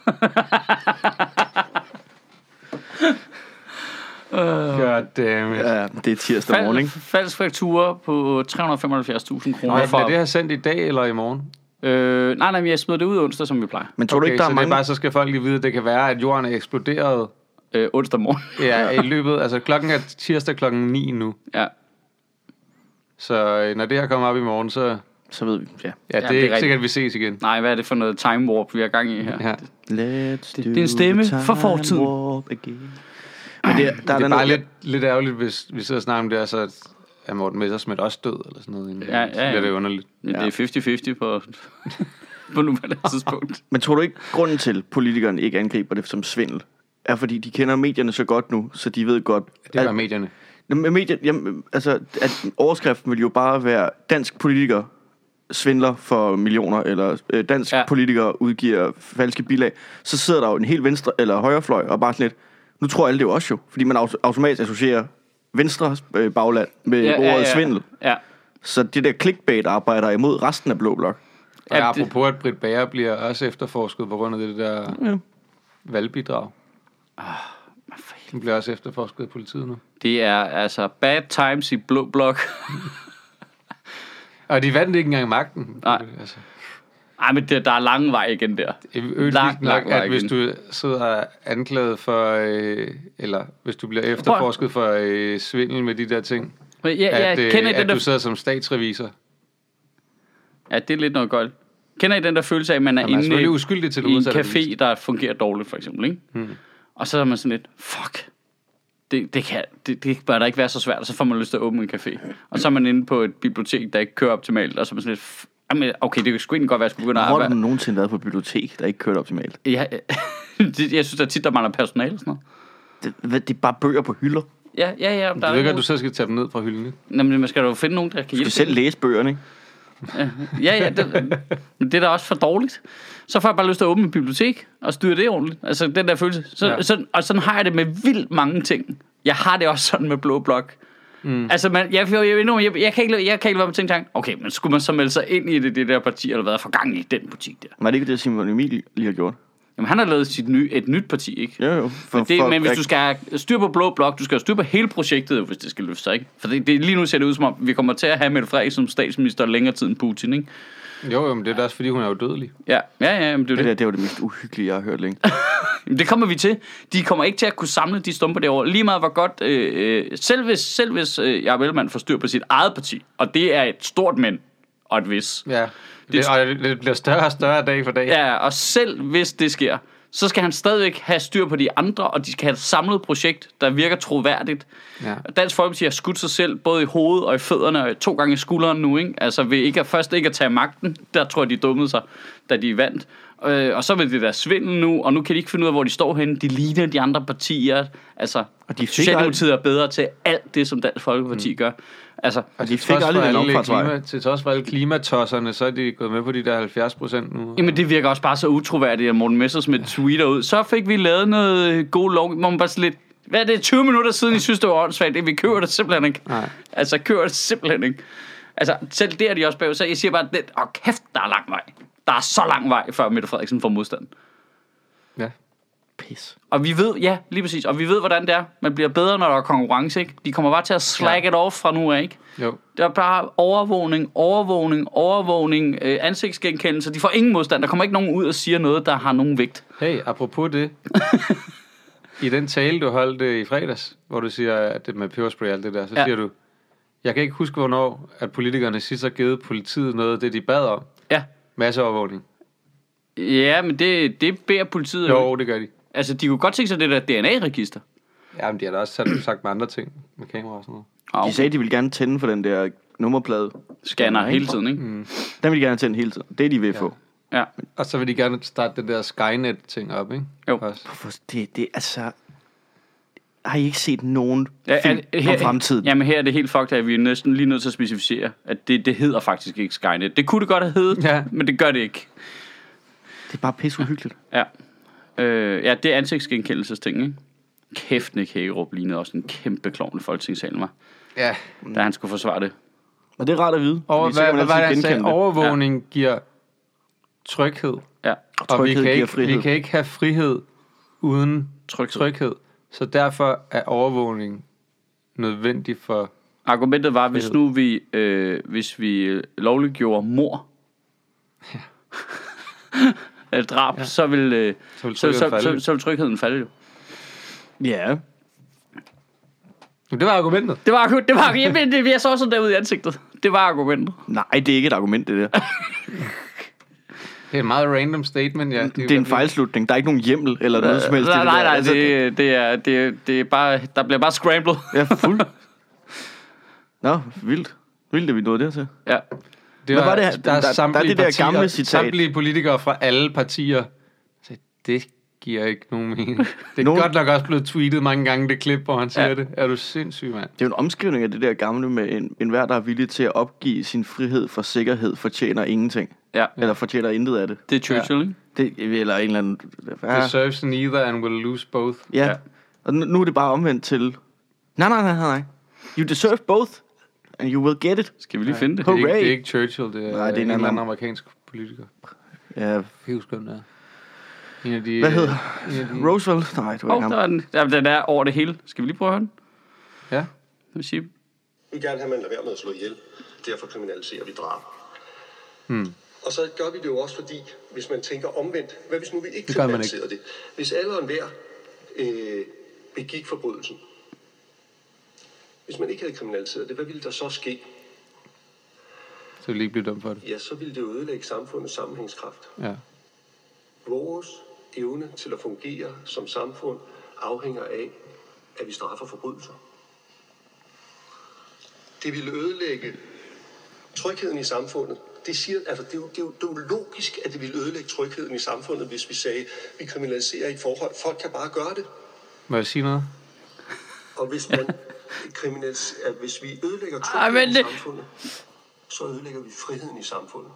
Speaker 2: God damn
Speaker 3: øh,
Speaker 2: it.
Speaker 3: Ja, det er tirsdag morgen,
Speaker 1: Fal,
Speaker 3: ikke?
Speaker 1: falsk faktura på 375.000 kroner.
Speaker 2: Men
Speaker 1: for-
Speaker 2: er det her sendt i dag eller i morgen?
Speaker 1: Øh, nej, nej, men jeg smider det ud onsdag, som vi plejer.
Speaker 3: Men tror okay, du ikke, der
Speaker 2: så
Speaker 3: er
Speaker 2: det
Speaker 3: mange...
Speaker 2: bare, så skal folk lige vide, at det kan være, at jorden er eksploderet,
Speaker 1: øh, onsdag morgen.
Speaker 2: Ja, i løbet, altså klokken er tirsdag klokken 9 nu.
Speaker 1: ja.
Speaker 2: Så øh, når det her kommer op i morgen, så...
Speaker 3: Så ved vi, ja.
Speaker 2: Ja, det,
Speaker 1: det
Speaker 2: ja, det er
Speaker 1: er
Speaker 2: ikke
Speaker 1: rigtigt.
Speaker 2: sikkert, at vi ses igen.
Speaker 1: Nej, hvad er det for noget time warp, vi har gang i her?
Speaker 2: Ja.
Speaker 3: Let's det,
Speaker 1: det er en stemme fra fortiden.
Speaker 3: Again. Men det, der er
Speaker 2: Det er
Speaker 3: den
Speaker 2: bare lidt, lidt ærgerligt, hvis vi sidder og snakker om det, og så er Morten Messersmith også død, eller sådan noget.
Speaker 1: Ja, ja,
Speaker 2: Så bliver
Speaker 1: ja.
Speaker 2: det underligt.
Speaker 1: Men
Speaker 3: Ja.
Speaker 1: ja. det er 50-50 på, på nuværende tidspunkt.
Speaker 3: Men tror du ikke, grunden til, at politikerne ikke angriber det som svindel, er fordi de kender medierne så godt nu, så de ved godt...
Speaker 2: Det var
Speaker 3: at,
Speaker 2: medierne.
Speaker 3: med medier, jamen, altså, at overskriften vil jo bare være, dansk politiker svindler for millioner, eller øh, dansk ja.
Speaker 1: Ja.
Speaker 3: politiker udgiver falske bilag, så sidder der jo en helt venstre eller højrefløj og bare sådan lidt, nu tror alle det jo også jo, fordi man au- automatisk associerer venstre øh, bagland med ja, ordet ja, ja. svindel.
Speaker 1: Ja.
Speaker 3: Så det der clickbait arbejder imod resten af Blå Blok.
Speaker 2: Og
Speaker 1: At
Speaker 2: ja,
Speaker 1: det-
Speaker 2: apropos, at Britt Bager bliver også efterforsket på grund af det der
Speaker 3: Ja.
Speaker 2: valgbidrag. Den bliver også efterforsket af politiet nu.
Speaker 1: Det er altså bad times i blå blok.
Speaker 2: Og de vandt ikke engang magten.
Speaker 1: Nej.
Speaker 2: Altså,
Speaker 1: Ej, men det, der er lang vej igen der.
Speaker 2: det er øvrigt
Speaker 1: Lang,
Speaker 2: vildt nok,
Speaker 1: lang vej
Speaker 2: at hvis
Speaker 1: igen.
Speaker 2: du sidder anklaget for, øh, eller hvis du bliver efterforsket for øh, svindel med de der ting,
Speaker 1: Men ja, ja, at,
Speaker 2: at, øh,
Speaker 1: kender I den
Speaker 2: at du
Speaker 1: der...
Speaker 2: sidder som statsrevisor.
Speaker 1: Ja, det er lidt noget godt. Kender I den der følelse af, at man er inde
Speaker 2: Man er
Speaker 1: i,
Speaker 2: altså, selvfølgelig uskyldig til det
Speaker 1: i en
Speaker 2: modsatte bevis.
Speaker 1: café, der fungerer dårligt, for eksempel, ikke? Hmm. Og så er man sådan lidt, fuck, det, det, kan, det, det bør da ikke være så svært, og så får man lyst til at åbne en café. Og så er man inde på et bibliotek, der ikke kører optimalt, og så er man sådan lidt, "F- jamen, okay, det kan sgu egentlig godt være, at jeg skulle begynde at
Speaker 3: Hvor har du
Speaker 1: arbejde.
Speaker 3: nogensinde været på et bibliotek, der ikke kørte optimalt?
Speaker 1: Ja, det- jeg synes, der er tit, der mangler personale og sådan noget.
Speaker 3: Det, hvad, det er bare bøger på hylder. Du
Speaker 1: Ja, ja, ja. men Der
Speaker 2: Du
Speaker 1: er
Speaker 2: ved
Speaker 1: ikke
Speaker 2: godt,
Speaker 1: nogen-
Speaker 2: du så skal tage dem ned fra hylden. ikke?
Speaker 1: Jamen, man skal jo finde nogen, der kan hjælpe.
Speaker 3: skal selv
Speaker 1: en.
Speaker 3: læse bøgerne, ikke?
Speaker 1: Ja, ja, det, men det er da også for dårligt. Så får jeg bare lyst til at åbne et bibliotek og styre det ordentligt. Altså, den der følelse. Så,
Speaker 2: Ja.
Speaker 1: ja. sådan, og sådan har jeg det med vildt mange ting. Jeg har det også sådan med blå blok. Mm. Altså, man, jeg, jeg, jeg, jeg, jeg, kan ikke, lade- jeg kan ikke være med tænke tanken, okay, men skulle man så melde sig ind i det, det der parti, eller hvad for gang i den butik der?
Speaker 3: Var det ikke det, Simon Emil lige har gjort?
Speaker 1: Jamen, han har lavet sit nye, et nyt parti, ikke?
Speaker 3: Jo, jo. For,
Speaker 1: Men, det,
Speaker 3: for-
Speaker 1: men hvis
Speaker 3: at-
Speaker 1: du skal have styr på blå blok, du skal have styr på hele projektet, hvis det skal løfte sig, ikke? For det, det, lige nu ser det ud som om, vi kommer til at have Mette Frederiksen som statsminister længere tid end Putin, ikke?
Speaker 2: Jo, jo, men det er da også, fordi hun er udødelig.
Speaker 1: Ja, ja, ja, men det er jo
Speaker 3: Det
Speaker 1: det.
Speaker 3: der, det var det mest uhyggelige, jeg har hørt længe.
Speaker 1: Jamen, Det kommer vi til. De kommer ikke til at kunne samle de stumper derovre. Lige meget hvor godt, øh, øh, selv hvis, selv hvis øh, Jacob Ellemann får styr på sit eget parti, og det er et stort men og et hvis.
Speaker 2: Ja. Det, og det bliver større og større dag for dag.
Speaker 1: Ja, og selv hvis det sker, så skal han stadigvæk have styr på de andre, og de skal have et samlet projekt, der virker troværdigt.
Speaker 2: Ja.
Speaker 1: Og Dansk Folkeparti har skudt sig selv både i hovedet og i fødderne og to gange i skulderen nu. Ikke? Altså ved ikke at, først ikke at tage magten, der tror jeg, de dummede sig, da de vandt. Øh, og så med det der svindel nu, og nu kan de ikke finde ud af, hvor de står henne. De ligner de andre partier. Altså,
Speaker 3: Og de fik
Speaker 1: Socialdemokratiet er bedre til alt det, som Dansk Folkeparti mm. gør. Altså,
Speaker 3: Og
Speaker 2: Til
Speaker 3: de fik
Speaker 2: trods
Speaker 3: aldrig
Speaker 2: for
Speaker 3: den
Speaker 2: alle
Speaker 3: opfartsvej.
Speaker 2: klima- Til trods for alle klimatosserne, så er de gået med på de der 70 procent nu.
Speaker 1: Jamen, det virker også bare så utroværdigt, at Morten Messersmith tweeter ud. Så fik vi lavet noget øh, god lov, hvor man bare sådan lidt... Hvad er det, 20 minutter siden, I synes, det var åndssvagt? Det, vi kører det simpelthen ikke.
Speaker 2: Nej.
Speaker 1: Altså, kører det simpelthen ikke. Altså, selv der er de også bagud. Så jeg siger bare, at åh, kæft, der er lang vej. Der er så lang vej, før Mette Frederiksen får modstand.
Speaker 2: Ja.
Speaker 3: Pis.
Speaker 1: Og vi ved, ja, lige præcis. Og vi ved, hvordan det er. Man bliver bedre, når der er konkurrence, ikke? De kommer bare til at slack ja. it off fra nu af, ikke?
Speaker 2: Jo.
Speaker 1: Der er bare overvågning, overvågning, overvågning, øh, ansigtsgenkendelse. De får ingen modstand. Der kommer ikke nogen ud og siger noget, der har nogen vægt.
Speaker 2: Hey, apropos det. I den tale, du holdt øh, i fredags, hvor du siger, at det med peberspray og alt det der, så ja.
Speaker 1: Ja.
Speaker 2: siger du, jeg kan ikke huske, hvornår at politikerne sidst har givet politiet noget af det, de bad om.
Speaker 1: Ja.
Speaker 2: Masseovervågning.
Speaker 1: Ja, men det, det beder politiet jo.
Speaker 2: Jo, det gør de.
Speaker 1: Altså, de kunne godt tænke sig det der DNA-register.
Speaker 2: Jamen, de har da også selv sagt med andre ting. Med kamera og sådan noget.
Speaker 1: Og
Speaker 3: De sagde, de ville gerne tænde for den der nummerplade.
Speaker 1: scanner hele tiden, ikke? Mm.
Speaker 3: Den vil de gerne tænde hele tiden. Det er de ved at få.
Speaker 1: Ja.
Speaker 2: Og så vil de gerne starte den der Skynet-ting op, ikke?
Speaker 1: Jo.
Speaker 2: Også.
Speaker 3: Hvorfor? Det, det, altså... Har I ikke set nogen
Speaker 1: Ja,
Speaker 3: film
Speaker 1: er-
Speaker 3: om fremtiden?
Speaker 1: Jamen her er det helt fucked, at vi er næsten lige nødt til at specificere, at det, det hedder faktisk ikke Skynet. Det kunne det godt have heddet,
Speaker 2: Ja.
Speaker 1: ja. men det gør det ikke.
Speaker 3: Det er bare pisse uhyggeligt.
Speaker 1: Ja, øh, ja det er ansigtsgenkendelsesting, ikke? Kæft, Nick Hagerup lignede også en kæmpe klovn i folketingssalen, var,
Speaker 2: Ja.
Speaker 1: da han skulle forsvare det.
Speaker 3: Og det er rart at vide.
Speaker 2: Over,
Speaker 3: fordi så kan
Speaker 2: hvad,
Speaker 3: man
Speaker 2: hvad var det,
Speaker 3: altid
Speaker 2: han sagde?
Speaker 3: genkende det.
Speaker 2: Overvågning ja. giver tryghed.
Speaker 1: Ja,
Speaker 2: Og
Speaker 3: Tryghed
Speaker 2: vi kan,
Speaker 3: giver
Speaker 2: ikke,
Speaker 3: frihed.
Speaker 2: vi kan ikke have frihed uden
Speaker 1: Tryghed.
Speaker 2: tryghed. Så derfor er overvågning nødvendig for...
Speaker 1: Argumentet var, hvis nu vi, øh, hvis vi øh, lovliggjorde mor, ja. drab, ja. så vil, øh,
Speaker 2: Så vil
Speaker 1: så,
Speaker 2: trygheden
Speaker 1: så,
Speaker 2: falde.
Speaker 1: så, så vil trygheden falde jo.
Speaker 3: Ja.
Speaker 2: Men det var argumentet.
Speaker 1: Det var, akku- det var, jamen, det, jeg så sådan derud i ansigtet. Det var argumentet.
Speaker 3: Nej, det er ikke et argument, det der.
Speaker 2: Det er en meget random statement, ja.
Speaker 3: Det er en fejlslutning. Der er ikke nogen hjemmel eller noget som helst. i
Speaker 1: nej,
Speaker 3: det
Speaker 1: nej,
Speaker 3: der.
Speaker 1: nej,
Speaker 3: Altså,
Speaker 1: det, det, er, det, det er bare, der bliver bare scrambled.
Speaker 3: Ja, fuld. Nå, vildt. Vildt, at vi nåede dertil.
Speaker 1: ja.
Speaker 2: Det
Speaker 3: Hvad var det her?
Speaker 2: Der, er
Speaker 3: Der- der er
Speaker 2: samtlige
Speaker 3: det der
Speaker 2: partier,
Speaker 3: gamle citat.
Speaker 2: Samtlige politikere fra alle partier. Så det giver ikke nogen mening. Det er
Speaker 3: Nogen-
Speaker 2: godt nok også blevet tweetet mange gange, det klip, hvor han siger
Speaker 1: Ja.
Speaker 2: ja. det. Er du sindssyg, mand?
Speaker 3: Det er jo en omskrivning af det der gamle med en, en hver, der er villig til at opgive sin frihed for sikkerhed, fortjener ingenting.
Speaker 1: ja,
Speaker 3: Eller fortjener intet af det.
Speaker 1: det er Churchill, ikke?
Speaker 3: det eller en eller anden...
Speaker 2: Ja.
Speaker 3: Ja.
Speaker 2: Deserves neither and will lose both.
Speaker 3: ja.
Speaker 1: ja.
Speaker 3: Og nu, nu er det bare omvendt til... Nej, nej, nej, nej, nej. You deserve both, and you will get it.
Speaker 1: Skal vi lige finde det?
Speaker 2: Det er, ikke,
Speaker 3: Hooray.
Speaker 2: det er ikke Churchill, det er, Nej, det er en, eller anden amerikansk politiker. Jeg
Speaker 3: Ja.
Speaker 2: kan ikke huske, hvem det er. En af de, øh,
Speaker 3: Hvad hedder
Speaker 2: En af de,
Speaker 3: Roosevelt? Nej, det var
Speaker 1: Åh,
Speaker 3: ikke
Speaker 1: oh, der
Speaker 3: ham.
Speaker 1: er den. Ja, den er over det hele. Skal vi lige prøve at høre den?
Speaker 2: Ja.
Speaker 1: Lad mig sige.
Speaker 4: Vi vil gerne have, at man lader være med at slå ihjel. Derfor kriminaliserer vi drab. Hmm. Og så gør vi det jo også, fordi hvis man tænker omvendt, hvad hvis nu vi ikke
Speaker 2: Det gør man
Speaker 4: kriminaliserede det? Hvis alle og enhver øh, begik forbrydelsen, hvis man ikke havde kriminaliseret det, hvad ville der så ske?
Speaker 2: Så vil jeg ikke blive dømt for det.
Speaker 4: Ja, så ville det jo ødelægge samfundets sammenhængskraft.
Speaker 2: Ja.
Speaker 4: Vores evne til at fungere som samfund afhænger af, at vi straffer forbrydelser. Det ville ødelægge trygheden i samfundet. Det, siger, altså, det, er jo, det, er jo, det er jo logisk, at det ville ødelægge trygheden i samfundet, hvis vi sagde, vi kriminaliserer ikke forhold. Folk kan bare gøre det.
Speaker 2: Må jeg sige noget?
Speaker 4: Og hvis, man kriminalis- at hvis vi ødelægger trygheden
Speaker 1: Ej, men
Speaker 4: i
Speaker 1: det-
Speaker 4: samfundet, så ødelægger vi friheden i samfundet.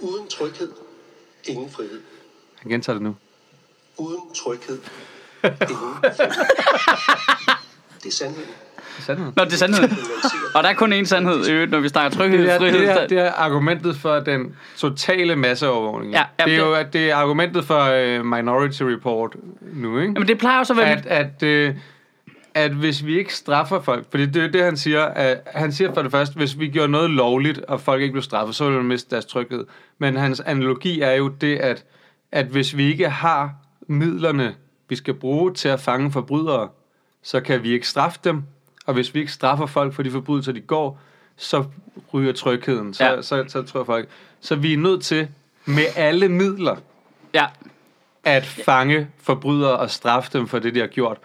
Speaker 4: Uden tryghed, ingen frihed.
Speaker 2: Han gentager det nu.
Speaker 4: Uden tryghed. Ingen frihed. Det er sandheden.
Speaker 2: Det er sandheden.
Speaker 1: Nå, det er sandheden.
Speaker 4: Kriminalisere.
Speaker 1: Og der er kun én sandhed, i øvrigt, når vi snakker tryghed,
Speaker 2: Det er,
Speaker 1: frihed.
Speaker 2: det, er,
Speaker 1: stand-
Speaker 2: det er argumentet for den totale masseovervågning.
Speaker 1: Ja, ja,
Speaker 2: det er
Speaker 1: det-
Speaker 2: jo at det er argumentet for uh, Minority Report nu, ikke?
Speaker 1: Jamen, det plejer også at være...
Speaker 2: at, at, øh, at hvis vi ikke straffer folk, fordi det er det, han siger, at han siger for det første, hvis vi gjorde noget lovligt, og folk ikke blev straffet, så ville man miste deres tryghed. Men hans analogi er jo det, at, at hvis vi ikke har midlerne, vi skal bruge til at fange forbrydere, så kan vi ikke straffe dem, og hvis vi ikke straffer folk for de forbrydelser, de går, så ryger trygheden, så,
Speaker 1: Ja.
Speaker 2: ja. så, så, så tror folk. Så vi er nødt til med alle midler
Speaker 1: Ja,
Speaker 2: at fange forbrydere og straffe dem for det, de har gjort.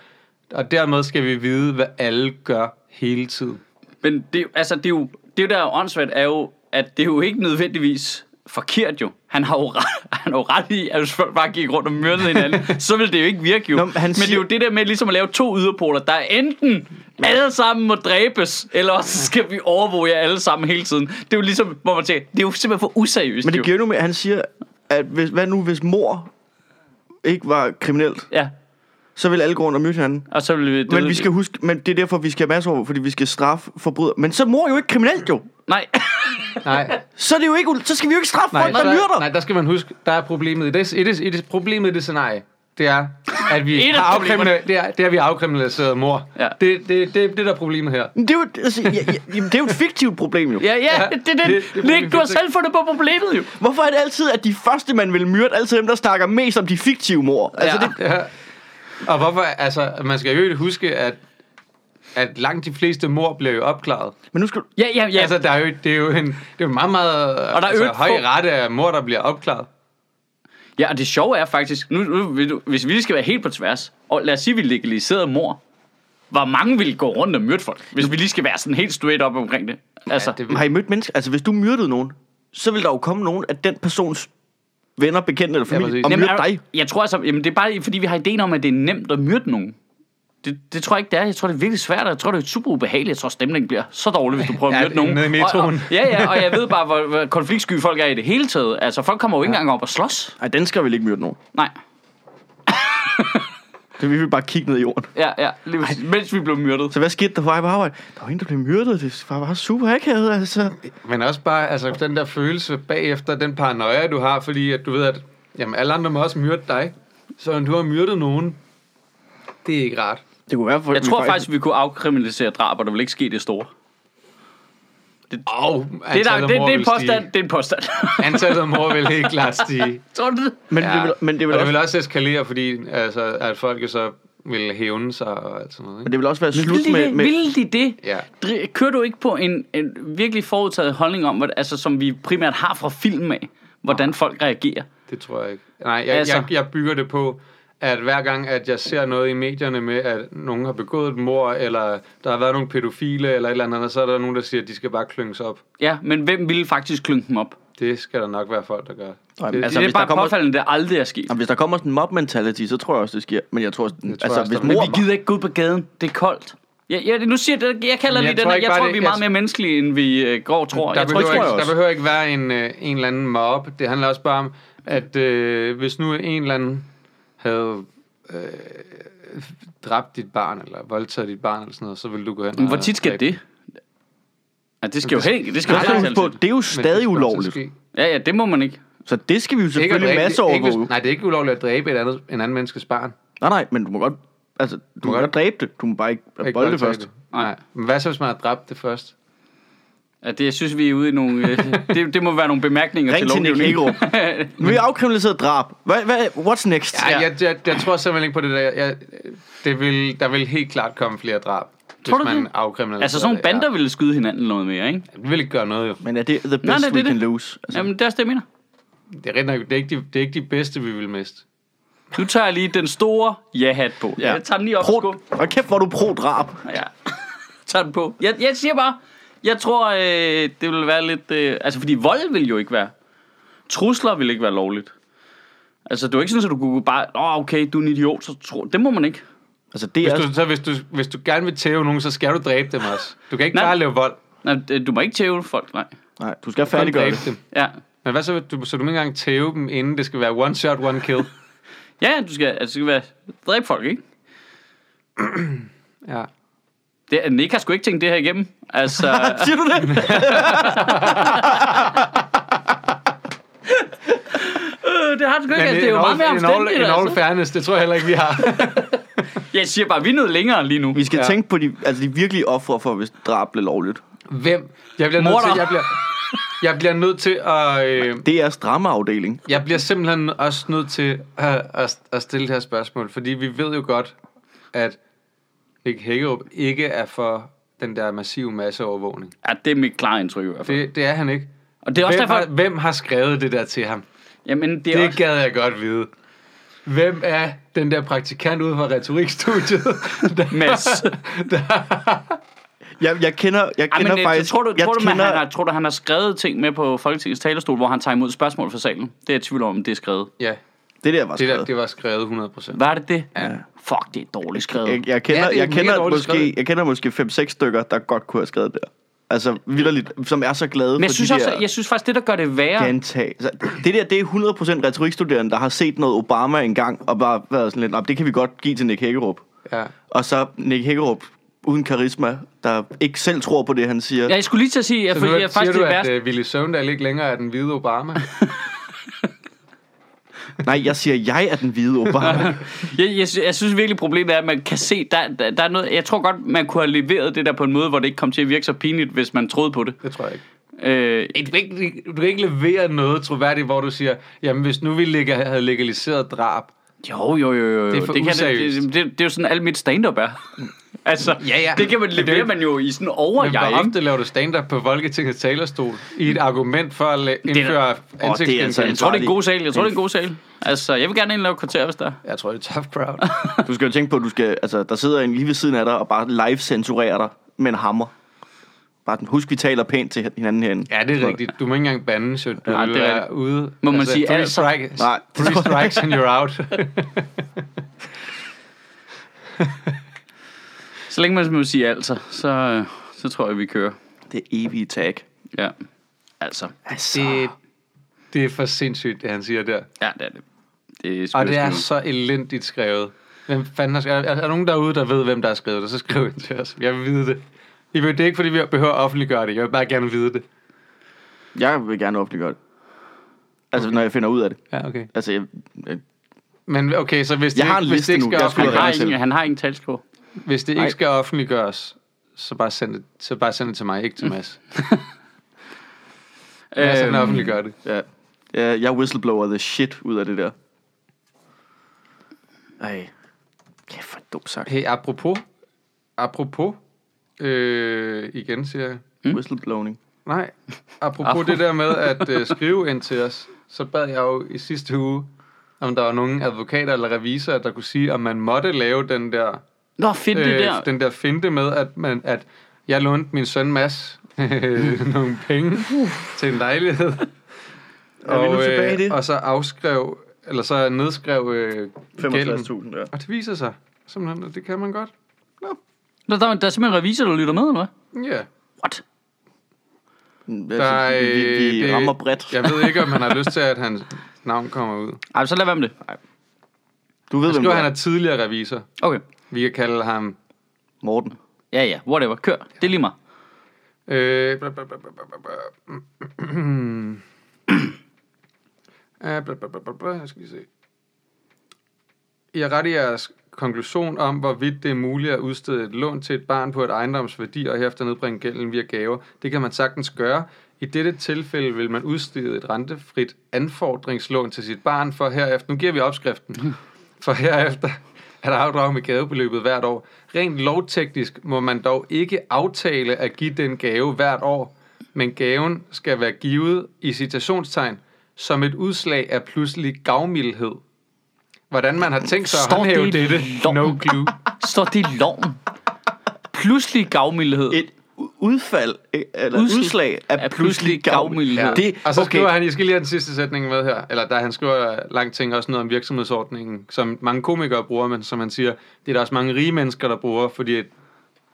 Speaker 2: Og dermed skal vi vide, hvad alle gør hele tiden.
Speaker 1: men det, er jo- altså, det, er jo, det er jo der er åndssvagt, er jo, at det er jo ikke nødvendigvis forkert jo. Han har jo ret, han har jo ret i, at hvis folk bare gik rundt og myrdede hinanden, så ville det jo ikke virke jo.
Speaker 3: Nå,
Speaker 1: Nå,
Speaker 3: men
Speaker 1: men,
Speaker 3: han
Speaker 1: men det er jo
Speaker 3: siger-
Speaker 1: det der med ligesom at lave to yderpoler, der er enten alle sammen må dræbes, eller også skal vi overvåge jer alle sammen hele tiden. Det er jo ligesom, hvor man tænker, det er jo simpelthen for useriøst
Speaker 3: Men
Speaker 1: jo.
Speaker 3: det giver jo med, han siger, at hvis, hvad nu, hvis mor ikke var kriminelt,
Speaker 1: Ja,
Speaker 3: så ville alle gå rundt og myrde hinanden.
Speaker 1: og så vil vi...
Speaker 3: Men vi skal huske, men det er derfor, vi skal have masseover, fordi vi skal straffe forbrydere. Men så er mor jo ikke kriminelt jo.
Speaker 1: Nej,
Speaker 2: Nej,
Speaker 3: Så, er det jo ikke, ul- så skal vi jo ikke straffe
Speaker 2: nej,
Speaker 3: folk, der
Speaker 2: der,
Speaker 3: myrder.
Speaker 2: nej der skal man huske, der er problemet i det, i det, i det, problemet i det scenarie. Det er, at vi
Speaker 1: Et af
Speaker 2: har
Speaker 1: problemerne.
Speaker 2: afkriminaliseret, det er, det er, at vi har afkriminaliseret mor.
Speaker 1: Ja.
Speaker 2: Det, det, det, det der er problemet her.
Speaker 3: Men Det er, jo, altså, ja, ja, jamen, det er jo et fiktivt problem jo.
Speaker 1: ja, ja, det er
Speaker 2: det-
Speaker 1: det.
Speaker 2: det må vi
Speaker 1: Lig, du har
Speaker 2: finde-
Speaker 1: selv fundet på problemet jo.
Speaker 3: Hvorfor er det altid, at de første, man vil myrde, altid dem, der snakker mest om de fiktive mor? Altså,
Speaker 1: Ja.
Speaker 3: det,
Speaker 2: Ja. Og hvorfor, altså, man skal jo ikke huske, at, at langt de fleste mor bliver jo opklaret.
Speaker 3: men nu skal du...
Speaker 1: Ja, ja, ja.
Speaker 2: Altså, der er jo, det er jo en, det er jo en meget, meget og
Speaker 1: der
Speaker 2: der
Speaker 1: er
Speaker 2: altså,
Speaker 1: øvrigt
Speaker 2: høj
Speaker 1: få-
Speaker 2: rette af mor, der bliver opklaret.
Speaker 1: Ja, og det sjove er faktisk, nu, nu, vil du- hvis vi lige skal være helt på tværs, og lad os sige, at vi legaliserede mor, hvor mange ville gå rundt og myrde folk, hvis vi lige skal være sådan helt straight up omkring det. Altså, ja,
Speaker 2: det-
Speaker 1: det...
Speaker 3: Har I mødt mennesker? Altså, hvis du myrdede nogen, så vil der jo komme nogen af den persons venner, bekendte eller familie,
Speaker 2: præcis.
Speaker 3: og
Speaker 1: Jamen,
Speaker 3: myrde
Speaker 1: jeg,
Speaker 3: dig.
Speaker 1: jeg tror altså, jamen, det er bare fordi, vi har ideen om, at det er nemt at myrde nogen. Det, det tror jeg ikke, det er. Jeg tror, det er virkelig svært, og jeg tror, det er super ubehageligt. Jeg tror, stemningen bliver så dårlig, hvis du prøver at
Speaker 2: Ja,
Speaker 1: myrde nogen.
Speaker 2: nede i
Speaker 1: og, og,
Speaker 2: metroen.
Speaker 1: ja, ja, og jeg ved bare, hvor, hvor konfliktsky folk er i det hele taget. Altså, folk kommer jo ikke engang op og slås.
Speaker 3: Nej, den skal vel ikke myrde nogen.
Speaker 1: Nej.
Speaker 3: Det vil vi bare kigge ned i jorden.
Speaker 1: Ja, ja, lige præcis. mens vi blev myrdet.
Speaker 3: Så hvad skete der for dig på arbejde? Der var en, der blev myrdet. Det var bare super akavet, altså.
Speaker 2: Men også bare altså, den der følelse bagefter, den paranoia, du har, fordi at du ved, at jamen, alle andre må også myrde dig. Så når du har myrdet nogen, det er ikke rart.
Speaker 3: Det kunne være, for
Speaker 1: Jeg tror faktisk, vi kunne afkriminalisere drab, og der ville ikke ske det store. Det,
Speaker 2: Og
Speaker 1: det, er, der,
Speaker 2: antallet
Speaker 1: det,
Speaker 2: af
Speaker 1: det,
Speaker 2: mord
Speaker 1: er en
Speaker 2: vil
Speaker 1: påstand.
Speaker 2: stige.
Speaker 1: Det er en påstand.
Speaker 2: Antallet af mor vil helt klart stige.
Speaker 1: Tror du det?
Speaker 3: Men, ja. det vil, men det vil
Speaker 2: og det
Speaker 3: også
Speaker 2: vil også eskalere, fordi altså, at folk jo så vil hævne sig og alt sådan noget.
Speaker 3: Men
Speaker 2: Ikke?
Speaker 3: det vil også være slut
Speaker 1: Vil de,
Speaker 3: med...
Speaker 1: det?
Speaker 3: med
Speaker 1: Vil de det?
Speaker 2: Ja.
Speaker 1: Dri- Kører du ikke på en, en virkelig forudtaget holdning om, hvad, altså, som vi primært har fra film af, hvordan folk reagerer?
Speaker 2: Det tror jeg ikke. Nej, jeg,
Speaker 1: Altså-
Speaker 2: altså. jeg, jeg bygger det på, at hver gang, at jeg ser noget i medierne med, at nogen har begået et mor, eller der har været nogle pædofile, eller et eller andet, så er der nogen, der siger, at de skal bare klynges op.
Speaker 1: Ja, men hvem ville faktisk klynke dem op?
Speaker 2: Det skal der nok være folk, der gør.
Speaker 3: Nej,
Speaker 2: det,
Speaker 3: men
Speaker 1: Altså,
Speaker 3: Altså,
Speaker 1: det er
Speaker 3: hvis der
Speaker 1: bare
Speaker 3: kommer-
Speaker 1: påfaldende, at det aldrig er sket.
Speaker 3: Jamen, hvis der kommer sådan en mob-mentality, så tror jeg også, det sker. Men jeg tror, sådan,
Speaker 2: tror
Speaker 3: altså,
Speaker 2: jeg også,
Speaker 3: hvis
Speaker 2: der vil.
Speaker 3: mor...
Speaker 1: Vi gider ikke gå ud på gaden. Det er koldt. Ja, ja, nu siger jeg, det- jeg kalder
Speaker 2: Men
Speaker 1: lige
Speaker 2: jeg
Speaker 1: den
Speaker 2: tror
Speaker 1: her.
Speaker 2: ikke
Speaker 1: Jeg
Speaker 2: bare,
Speaker 1: tror,
Speaker 2: det-
Speaker 1: vi er meget
Speaker 2: jeg-
Speaker 1: mere menneskelige, end vi øh, går og tror.
Speaker 2: der,
Speaker 1: Jeg tror
Speaker 2: behøver
Speaker 1: ikke,
Speaker 3: tror jeg
Speaker 2: ikke, der
Speaker 3: også.
Speaker 2: behøver ikke være en, øh, en eller anden mob. Det handler også bare om, at øh, hvis nu en eller anden havde øh, dræbt dit barn, eller voldtaget dit barn, eller sådan noget, så ville du gå hen
Speaker 1: Men
Speaker 2: og...
Speaker 1: hvor tit skal
Speaker 2: dræbe-
Speaker 1: det? Ja, det skal jo helt ikke. Det skal
Speaker 3: Men
Speaker 1: jo
Speaker 3: det skal
Speaker 1: aldrig
Speaker 3: vi huske på,
Speaker 1: tælle til.
Speaker 3: det er jo
Speaker 2: Men det
Speaker 3: stadig
Speaker 2: skal også
Speaker 3: ulovligt.
Speaker 2: ske.
Speaker 1: Ja, ja, det må man ikke.
Speaker 3: Så det skal vi jo
Speaker 2: Ikke at
Speaker 3: selvfølgelig
Speaker 2: dræbe-
Speaker 3: masse
Speaker 2: ikke
Speaker 3: overvåge.
Speaker 2: hvis- Nej, det er ikke ulovligt at dræbe et andet, en anden menneskes barn.
Speaker 3: Nej, nej, men du må godt... Altså, du må
Speaker 2: godt-
Speaker 3: godt dræbe det. Du må bare ikke
Speaker 2: Ikke
Speaker 3: bolde det
Speaker 2: voldtage
Speaker 3: først.
Speaker 2: Nej. Men hvad så, hvis man har dræbt det først?
Speaker 1: Ja, det, jeg synes, vi er ude i nogle... Øh, det, det må være nogle bemærkninger
Speaker 3: Ring til Nick
Speaker 1: lovgivningen.
Speaker 3: Hagerup. Nu er afkriminaliseret drab. Hvad, hvad, what's next?
Speaker 2: Ja, jeg, jeg, jeg tror simpelthen ikke på det der. Jeg, det vil, der vil helt klart komme flere drab,
Speaker 1: Tror du
Speaker 2: hvis man
Speaker 1: det?
Speaker 2: afkriminaliserer
Speaker 1: Altså, sådan nogle
Speaker 2: det. Ja.
Speaker 1: bander ville skyde hinanden noget mere, ikke?
Speaker 2: Det vil ikke gøre noget, jo.
Speaker 3: Men er det the best
Speaker 1: Nej, nej, det
Speaker 3: we
Speaker 1: er
Speaker 3: can
Speaker 1: det.
Speaker 3: lose? Altså,
Speaker 1: Jamen, det er også det, jeg mener.
Speaker 2: Det er, rigtig, nok- det, er ikke de, det er ikke de bedste, vi vil miste.
Speaker 1: Nu tager jeg lige den store ja-hat på. Ja. Jeg tager den lige op.
Speaker 3: pro,
Speaker 1: Pro...
Speaker 3: og kæft, hvor er du pro-drab.
Speaker 1: Ja. tager den på. Jeg, jeg siger bare, jeg tror, øh, det vil være lidt... Øh, altså, fordi vold vil jo ikke være... Trusler vil ikke være lovligt. Altså, det er jo ikke sådan, at du kunne bare... Åh, oh, okay, du er en idiot, så tror... Det må man ikke.
Speaker 3: Altså, det er...
Speaker 2: Hvis du, så hvis du, hvis du gerne vil tæve nogen, så skal du dræbe dem også. Du kan ikke
Speaker 1: Nej.
Speaker 2: bare lave vold.
Speaker 1: Nej, øh, du må ikke tæve folk, nej.
Speaker 3: Nej, du skal
Speaker 2: Kun
Speaker 3: færdiggøre
Speaker 2: dræbe
Speaker 3: det.
Speaker 2: dem.
Speaker 1: Ja.
Speaker 2: Men hvad så, hvis du, så du må ikke engang tæve dem, inden det skal være one shot, one kill?
Speaker 1: Ja, ja, du skal, altså, du skal være, dræbe folk, ikke?
Speaker 2: Ja.
Speaker 1: Det, Nick har sgu ikke tænkt det her igennem. Altså,
Speaker 3: Siger du det?
Speaker 1: øh, det har du sgu ikke.
Speaker 2: Men
Speaker 1: Altså, det er jo
Speaker 2: in
Speaker 1: meget
Speaker 2: all-
Speaker 1: mere
Speaker 2: in all-
Speaker 1: omstændigt.
Speaker 2: In all
Speaker 1: Altså.
Speaker 2: fairness, det tror jeg heller ikke, vi har.
Speaker 1: Jeg siger bare, vi er noget længere lige nu.
Speaker 3: Vi skal
Speaker 2: Ja.
Speaker 3: tænke på de, altså, de virkelige ofre for, hvis drab blev lovligt.
Speaker 2: Hvem? Jeg bliver nødt
Speaker 1: Morder.
Speaker 2: til, jeg bliver, jeg bliver nødt til at... Øh,
Speaker 3: Det er strammeafdeling.
Speaker 2: jeg bliver simpelthen også nødt til at, at, at stille det her spørgsmål, fordi vi ved jo godt, at Nick Hækkerup ikke er for den der massive masseovervågning.
Speaker 1: Ja, det er mit klare indtryk i hvert fald.
Speaker 2: Det, det er han ikke.
Speaker 1: Og det er også
Speaker 2: hvem, har,
Speaker 1: derfor...
Speaker 2: hvem har skrevet det der til ham?
Speaker 1: Jamen, det er
Speaker 2: Det
Speaker 1: også...
Speaker 2: gad jeg godt vide. Hvem er den der praktikant ude fra retorikstudiet? der,
Speaker 1: Mads.
Speaker 3: Jeg, jeg kender, jeg
Speaker 1: Ej,
Speaker 3: kender
Speaker 1: men, faktisk,
Speaker 3: faktisk...
Speaker 1: tror du,
Speaker 3: jeg
Speaker 1: tror, du, man,
Speaker 3: kender,
Speaker 1: han har, tror du, han har skrevet ting med på Folketingets talerstol, hvor han tager imod spørgsmål fra salen? Det er jeg i tvivl om, det er skrevet.
Speaker 2: ja,
Speaker 3: Det der var
Speaker 2: det, der,
Speaker 3: skrevet.
Speaker 2: det var skrevet 100%.
Speaker 1: Var det det? Ja. Fuck, det er dårligt skrevet.
Speaker 3: Jeg, jeg kender,
Speaker 2: Ja,
Speaker 3: ja,
Speaker 2: det er
Speaker 3: jeg
Speaker 2: mega
Speaker 3: kender
Speaker 2: dårligt
Speaker 3: måske,
Speaker 2: skrevet.
Speaker 3: jeg kender måske 5-6 stykker, der godt kunne have skrevet der. Altså, vilderligt, som er så glade
Speaker 1: Men jeg
Speaker 3: for
Speaker 1: synes,
Speaker 3: de
Speaker 1: også,
Speaker 3: der
Speaker 1: jeg synes faktisk, det der gør det værre...
Speaker 3: gentag. Altså, det der, det er 100% retorikstuderende, der har set noget Obama engang, og bare været sådan lidt, "Nå, det kan vi godt give til Nick Hækkerup.
Speaker 2: Ja.
Speaker 3: Og så Nick Hækkerup, uden karisma, der ikke selv tror på det, han siger.
Speaker 1: Ja, jeg skulle lige til at sige, at
Speaker 2: Så nu
Speaker 1: fordi jeg
Speaker 2: siger
Speaker 1: faktisk
Speaker 2: du,
Speaker 1: det
Speaker 2: at
Speaker 1: værste...
Speaker 2: uh, Ville Søvndal ikke længere er den hvide Obama?
Speaker 3: Nej, jeg siger, jeg er den hvide Obama.
Speaker 1: Jeg, jeg, sy- jeg synes virkelig, problemet er, at man kan se, der, der, der er noget... Jeg tror godt, man kunne have leveret det der på en måde, hvor det ikke kom til at virke så pinligt, hvis man troede på det.
Speaker 2: Det tror jeg ikke.
Speaker 1: Øh,
Speaker 2: Ej, Du kan, ikke, du kan ikke levere noget troværdigt, hvor du siger, jamen hvis nu vi ligge, havde legaliseret drab.
Speaker 1: jo, jo, jo, jo. jo.
Speaker 2: Det er for
Speaker 1: det,
Speaker 2: useriøst.
Speaker 1: det, det, det er jo sådan, alt mit stand-up er. altså,
Speaker 2: Ja, ja.
Speaker 1: det kan man
Speaker 2: Men det er jo
Speaker 1: levere
Speaker 2: ikke-
Speaker 1: man jo i sådan
Speaker 2: Men
Speaker 1: over jeg,
Speaker 2: hvor
Speaker 1: ikke?
Speaker 2: ofte laver du stand-up på Folketingets talerstol i et argument for at la- indføre
Speaker 3: altså
Speaker 2: ansigtsgenkendelse?
Speaker 1: Jeg tror, det er en god sal. Jeg tror, det er
Speaker 3: en-
Speaker 1: en god sal. Altså, jeg vil gerne ind og lave et kvarter, hvis der er.
Speaker 2: Jeg tror, det er tough crowd.
Speaker 3: Du skal jo tænke på, at du skal, altså, der sidder en lige ved siden af dig og bare live-censurerer dig med en hammer. Bare sådan, husk, vi taler pænt til hinanden herinde.
Speaker 2: ja, det er rigtigt. Du må ikke engang bande, så du
Speaker 1: Nej,
Speaker 2: vil
Speaker 1: det er
Speaker 2: være
Speaker 1: rigtigt.
Speaker 2: ude.
Speaker 1: Må man sige
Speaker 2: three,
Speaker 1: altså?
Speaker 2: strike,
Speaker 3: Nej.
Speaker 2: three strikes and you're out.
Speaker 1: Så længe man må sige altså, så, øh, så tror jeg, vi kører.
Speaker 3: Det evige tag.
Speaker 1: Ja. Altså.
Speaker 3: Altså.
Speaker 2: det, det er for sindssygt, det han siger der.
Speaker 1: Ja, det er det. Det er
Speaker 2: Og det er
Speaker 1: skørt.
Speaker 2: så elendigt skrevet. Hvem fanden har skrevet? Er, er der nogen derude, der ved, hvem der har skrevet det? Så skriv ind til os. Jeg vil vide det. I ved, det er ikke, fordi vi behøver at offentliggøre det. Jeg vil bare gerne vide det.
Speaker 3: Jeg vil gerne offentliggøre det. Altså, okay. når jeg finder ud af det.
Speaker 2: Ja, okay.
Speaker 3: Altså, jeg, jeg,
Speaker 2: Men okay, så hvis det,
Speaker 3: Jeg har
Speaker 2: ikke-
Speaker 3: en
Speaker 2: hvis
Speaker 3: liste
Speaker 2: det ikke
Speaker 3: nu.
Speaker 2: skal
Speaker 3: Jeg skulle
Speaker 1: han,
Speaker 3: have
Speaker 2: offentliggøres,
Speaker 1: har
Speaker 3: ringe
Speaker 1: ingen,
Speaker 3: til.
Speaker 1: han har ingen talskår.
Speaker 2: hvis det
Speaker 3: Nej.
Speaker 2: ikke skal offentliggøres, så bare send det, så bare send det til mig, ikke til Mads. Ja,
Speaker 1: Øh, Øhm.
Speaker 2: sådan offentliggør det.
Speaker 3: Ja. ja. Jeg whistleblower the shit ud af det der. Ej. Kæft, for dumt sagt.
Speaker 2: Hey, apropos. Apropos. Øh, igen, siger jeg.
Speaker 3: Mm. Whistleblowing.
Speaker 2: Nej, apropos det der med at øh, skrive ind til os, så bad jeg jo i sidste uge, om der var nogen advokater eller revisorer, der kunne sige, om man måtte lave den der,
Speaker 1: Nå, fedt
Speaker 2: Øh,
Speaker 1: det der.
Speaker 2: den der finte med, at, man, at jeg lånte min søn Mads nogle penge til en lejlighed.
Speaker 3: Er vi nu tilbage i det?
Speaker 2: og så afskrev, eller så nedskrev øh, gælden.
Speaker 3: 65.000, ja.
Speaker 2: Og det viser sig simpelthen, at det kan man godt.
Speaker 1: Nå, der, er- der er simpelthen en revisor, der lytter med, eller hvad?
Speaker 2: Ja. Yeah.
Speaker 1: What?
Speaker 3: Der, altså, vi, vi det, rammer bredt.
Speaker 2: øh, Jeg ved ikke, om han har lyst til, at hans navn kommer ud.
Speaker 1: Ej, så lad være med det.
Speaker 3: Du ved, hvem
Speaker 2: Skriv,
Speaker 3: du
Speaker 2: at han
Speaker 3: er.
Speaker 2: er tidligere revisor.
Speaker 1: Okay.
Speaker 2: Vi kan kalde ham...
Speaker 3: Morten.
Speaker 1: Ja, ja, whatever. Kør. Det er lige mig.
Speaker 2: Øh, bla, bla, bla, bla, bla, bla. Ja, Ah, bla, bla, bla, bla, bla. Jeg skal lige se. I er ret i jeres konklusion om, hvorvidt det er muligt at udstede et lån til et barn på et ejendomsværdi og herefter nedbringe gælden via gaver. Det kan man sagtens gøre. I dette tilfælde vil man udstede et rentefrit anfordringslån til sit barn, for herefter, nu giver vi opskriften, for herefter at afdrage med gavebeløbet hvert år. Rent lovteknisk må man dog ikke aftale at give den gave hvert år, men gaven skal være givet i citationstegn som et udslag af pludselig gavmildhed. Hvordan man har tænkt sig at
Speaker 1: Står
Speaker 2: håndhæve
Speaker 1: det i
Speaker 2: dette,
Speaker 1: loven?
Speaker 2: no clue.
Speaker 1: Står det i loven? Pludselig gavmildhed.
Speaker 3: Et u- udfald, eh, eller
Speaker 1: Udslag-
Speaker 3: udslag, udslag af,
Speaker 1: af pludselig
Speaker 3: pludselig gavmildhed.
Speaker 1: gavmildhed.
Speaker 3: Det,
Speaker 2: Og så okay. skriver
Speaker 3: okay,
Speaker 2: han, jeg skal lige have den sidste sætning med her, eller der han skriver langt ting også noget om virksomhedsordningen, som mange komikere bruger, men som han siger, det er der også mange rige mennesker, der bruger, fordi at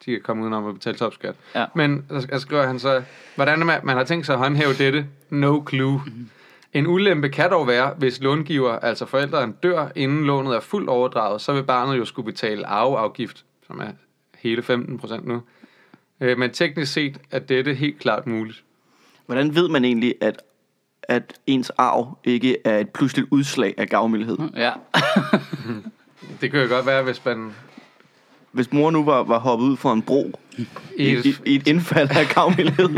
Speaker 2: de kan komme udenom at betale topskat.
Speaker 1: Ja.
Speaker 2: Men så sk- skriver han så, hvordan man, man har tænkt sig at håndhæve dette, no clue. En ulempe kan dog være, hvis långiver, altså forældrene, dør, inden lånet er fuldt overdraget, så vil barnet jo skulle betale arveafgift, som er hele 15 procent nu. Øh, Men teknisk set er dette helt klart muligt.
Speaker 3: hvordan ved man egentlig, at, at ens arv ikke er et pludseligt udslag af gavmildhed?
Speaker 1: Ja.
Speaker 2: Det kan jo godt være, hvis man
Speaker 3: Hvis mor nu var, var hoppet ud for en bro i,
Speaker 2: i et,
Speaker 3: i, i et indfald af gavmildhed.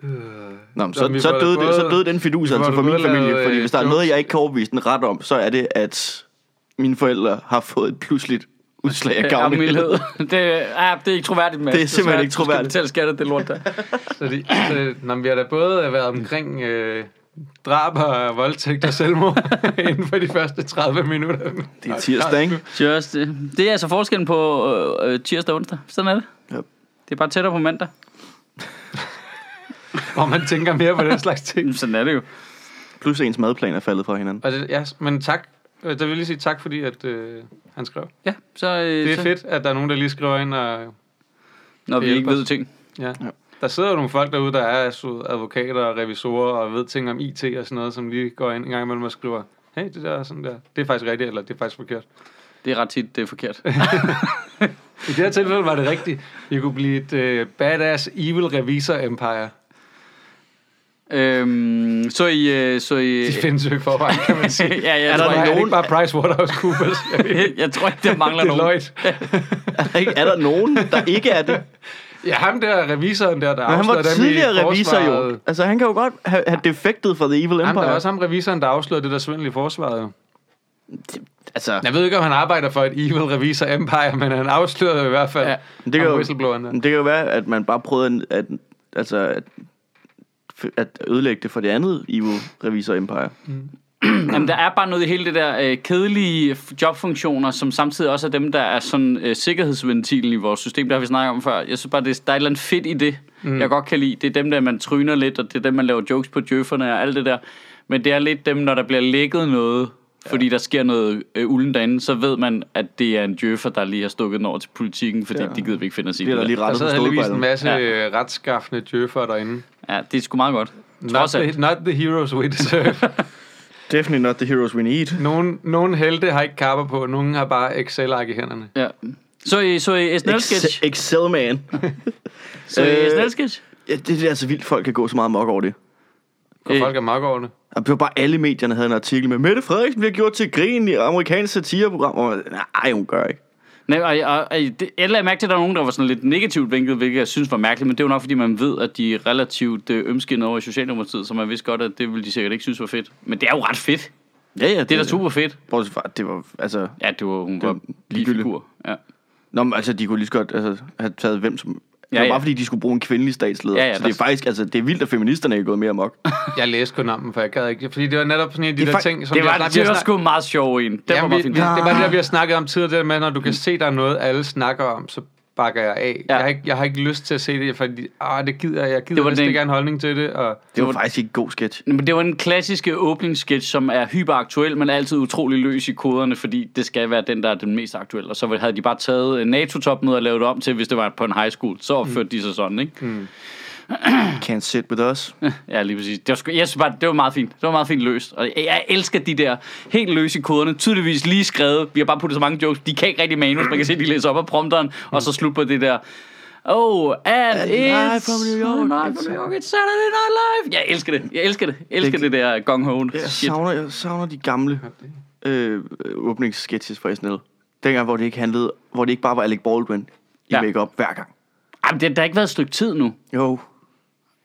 Speaker 3: Nå, men
Speaker 2: Nå,
Speaker 3: så,
Speaker 2: Øh, vi
Speaker 3: så,
Speaker 2: får da
Speaker 3: døde det,
Speaker 2: både-
Speaker 3: så døde den fidus
Speaker 2: vi får
Speaker 3: altså
Speaker 2: da
Speaker 3: for min
Speaker 2: både
Speaker 3: familie,
Speaker 2: lavet,
Speaker 3: fordi
Speaker 2: øh,
Speaker 3: hvis der er
Speaker 2: jokes.
Speaker 3: noget, jeg ikke kan overbevise den ret om, så er det, at mine forældre har fået et pludseligt udslag af gavmildhed.
Speaker 1: Gavmildhed. Det, ja, det er ikke troværdigt, Mads.
Speaker 3: Det er simpelthen ikke
Speaker 1: Du skal
Speaker 3: troværdigt.
Speaker 1: betale skatter, det lort der.
Speaker 2: Så, de, så når vi har da både været omkring øh, drab og voldtægt og selvmord inden for de første 30 minutter.
Speaker 3: Det er tirsdag, ikke?
Speaker 1: Just, øh, det er altså forskellen på øh, øh, tirsdag og onsdag. Sådan er det.
Speaker 3: Yep.
Speaker 1: Det er bare tættere på mandag.
Speaker 2: Hvor man tænker mere på den slags ting.
Speaker 1: Jamen, Sådan er det jo.
Speaker 3: Plus ens madplan er faldet fra hinanden.
Speaker 2: Og det, ja, men tak. Øh, Der vil jeg lige sige tak, fordi at, øh, han skrev.
Speaker 1: Ja, så... Øh,
Speaker 2: Det
Speaker 1: så,
Speaker 2: er fedt, at der er nogen, der lige skriver ind. Og,
Speaker 1: Når vi
Speaker 2: Det
Speaker 1: ikke
Speaker 2: hjælper
Speaker 1: ved
Speaker 2: os.
Speaker 1: ting.
Speaker 2: ja. Der sidder jo nogle folk derude, der er altså advokater og revisorer og ved ting om IT og sådan noget, som lige går ind en gang imellem og skriver, hey, det der er sådan der. Det er faktisk rigtigt, eller det er faktisk forkert.
Speaker 1: Det er ret tit, det er forkert.
Speaker 2: I det her tilfælde var det rigtigt. Vi kunne blive et øh, badass evil revisor empire.
Speaker 1: øhm, så I... Øh, så I
Speaker 2: De findes jo ikke forvejen, kan man sige.
Speaker 1: ja, jeg,
Speaker 2: Der
Speaker 1: tror,
Speaker 2: er
Speaker 1: ikke,
Speaker 2: nogen... bare Price Waterhouse Coopers.
Speaker 1: jeg, jeg tror ikke, der mangler nogen.
Speaker 3: Er der, ikke, er der nogen, der ikke er det?
Speaker 2: Ja, ham der, revisoren der, der
Speaker 3: Men han var
Speaker 2: afslørede dem i
Speaker 3: tidligere revisor jo.
Speaker 2: forsvaret.
Speaker 3: Altså, han kan jo godt have, have defektet fra The Evil
Speaker 2: Ham, der var
Speaker 3: Empire.
Speaker 2: også ham revisoren, der afslørede det der svindel i forsvaret jo.
Speaker 3: Altså,
Speaker 2: Jeg ved ikke, om han arbejder for et evil revisor empire, men han afslørede i hvert fald. Ja,
Speaker 1: Ja,
Speaker 3: Men Det kan, jo,
Speaker 2: whistlebloweren der.
Speaker 3: men det kan jo være, at man bare prøvede at, at, altså, at, at ødelægge det for det andet evil revisor empire.
Speaker 1: Jamen, der er bare noget i hele det der øh, kedelige f- jobfunktioner, som samtidig også er dem, der er sådan øh, sikkerhedsventilen i vores system. Det har vi snakket om før. Jeg synes bare, det, der er et eller andet fedt i det, mm. jeg godt kan lide. Det er dem, der man tryner lidt, og det er dem, man laver jokes på djøfferne og alt det der. Men det er lidt dem, når der bliver lækket noget, fordi der sker noget øh, ulden derinde, så ved man, at det er en djøffer, der lige har stukket den over til politikken, fordi
Speaker 3: Ja.
Speaker 1: ja. de gider vi ikke finde os i
Speaker 3: Det er
Speaker 1: det.
Speaker 3: der
Speaker 1: Det,
Speaker 3: lige
Speaker 2: Der
Speaker 3: rettet på
Speaker 2: sad heldigvis en
Speaker 3: stålbejdet.
Speaker 2: masse ja. retskaffende djøffere derinde.
Speaker 1: der. Ja, det er sgu meget godt.
Speaker 2: Not
Speaker 1: Trods alt.
Speaker 2: the, not the heroes we deserve.
Speaker 3: Definitely not the heroes we need.
Speaker 2: nogen, nogen helte har ikke kapper på, nogen har bare Excel-ark i hænderne.
Speaker 1: Ja. Så i, så øh, i SNL-sketch.
Speaker 3: Excel, Excel man.
Speaker 1: Så i
Speaker 3: Øh,
Speaker 1: SNL-sketch.
Speaker 3: Ja, det, det er altså vildt, folk kan gå så meget mok over det.
Speaker 2: Hvor
Speaker 1: Øh.
Speaker 2: folk er mok over det.
Speaker 3: Og Det var bare alle medierne, havde en artikel med, Mette Frederiksen bliver gjort til grin i amerikansk satireprogram. Og man- nej, hun gør ikke.
Speaker 1: Nej, og, og, og det, jeg lagde mærke til, at der var nogen, der var sådan lidt negativt vinklet, hvilket jeg synes var mærkeligt, men det er jo nok, fordi man ved, at de er relativt øh, ømskinnede over i Socialdemokratiet, så man vidste godt, at det ville de sikkert ikke synes var fedt. Men det er jo ret fedt.
Speaker 3: Ja, ja.
Speaker 1: Det er da super fedt.
Speaker 3: Bortset fra, at det var, altså...
Speaker 1: Ja, det var, hun
Speaker 3: Det var
Speaker 1: var lige
Speaker 3: ligegyldigt.
Speaker 1: figur. Ja.
Speaker 3: Nå, men altså, de kunne lige så godt altså, have taget hvem som... Ja,
Speaker 1: Ja,
Speaker 3: det var
Speaker 1: ja.
Speaker 3: bare fordi, de skulle bruge en kvindelig statsleder.
Speaker 1: Ja, Ah, ja,
Speaker 3: så
Speaker 1: der-
Speaker 3: det er faktisk, altså, det er vildt, at feministerne ikke er gået mere amok.
Speaker 2: Jeg læste kun om dem, for jeg gad ikke. Fordi det var netop sådan en af de
Speaker 3: Det er
Speaker 2: der
Speaker 3: fakt-
Speaker 2: ting, som
Speaker 1: Det
Speaker 2: vi
Speaker 1: var,
Speaker 2: har snak-
Speaker 1: det
Speaker 2: vi
Speaker 1: var
Speaker 2: har snak-
Speaker 1: sgu meget sjov en. Den var Ah.
Speaker 2: Jamen,
Speaker 1: meget
Speaker 2: vi,
Speaker 1: fin.
Speaker 2: vi, det var det, der, vi har snakket om tidligere, det der med, når du kan se, der er noget, alle snakker om, så bakker jeg af.
Speaker 1: Ja.
Speaker 2: Ja. Jeg, har ikke, jeg har ikke lyst til at se det, fordi ah, det gider jeg. Jeg gider
Speaker 1: Det
Speaker 2: det
Speaker 1: var
Speaker 2: var vist
Speaker 1: den-
Speaker 2: ikke have en holdning til det. Og,
Speaker 3: Det var
Speaker 1: var-
Speaker 3: faktisk ikke en god sketch.
Speaker 1: Men det var en klassiske åbningssketch, som er hyperaktuel, men altid utrolig løs i koderne, fordi det skal være den, der er den mest aktuelle. Og så havde de bare taget øh, NATO-topmødet og lavet det om til, hvis det var på en high school. Så opførte de sig sådan, ikke? Mm.
Speaker 3: Can't sit with us.
Speaker 1: Ja, lige præcis. Det var, sgu, jeg synes bare, det var meget fint. Det var meget fint løst. Og jeg, jeg elsker de der helt løse i koderne. Tydeligvis lige skrevet. Vi har bare puttet så mange jokes. De kan ikke rigtig manus. Man kan se, de læser op af prompteren, og så slut på det der... Oh, and, and it's...
Speaker 3: live from New York.
Speaker 1: and live from New York. It's Saturday Night Live. Jeg elsker det. Jeg elsker det. Jeg elsker det, det der gong ho
Speaker 3: Jeg savner, jeg savner de gamle øh, åbningssketches fra SNL. Dengang, hvor det ikke handlede, hvor det ikke bare var Alec Baldwin i
Speaker 1: Ja.
Speaker 3: ja. makeup hver gang.
Speaker 1: Jamen, det har da ikke været et stykke tid nu.
Speaker 3: Jo,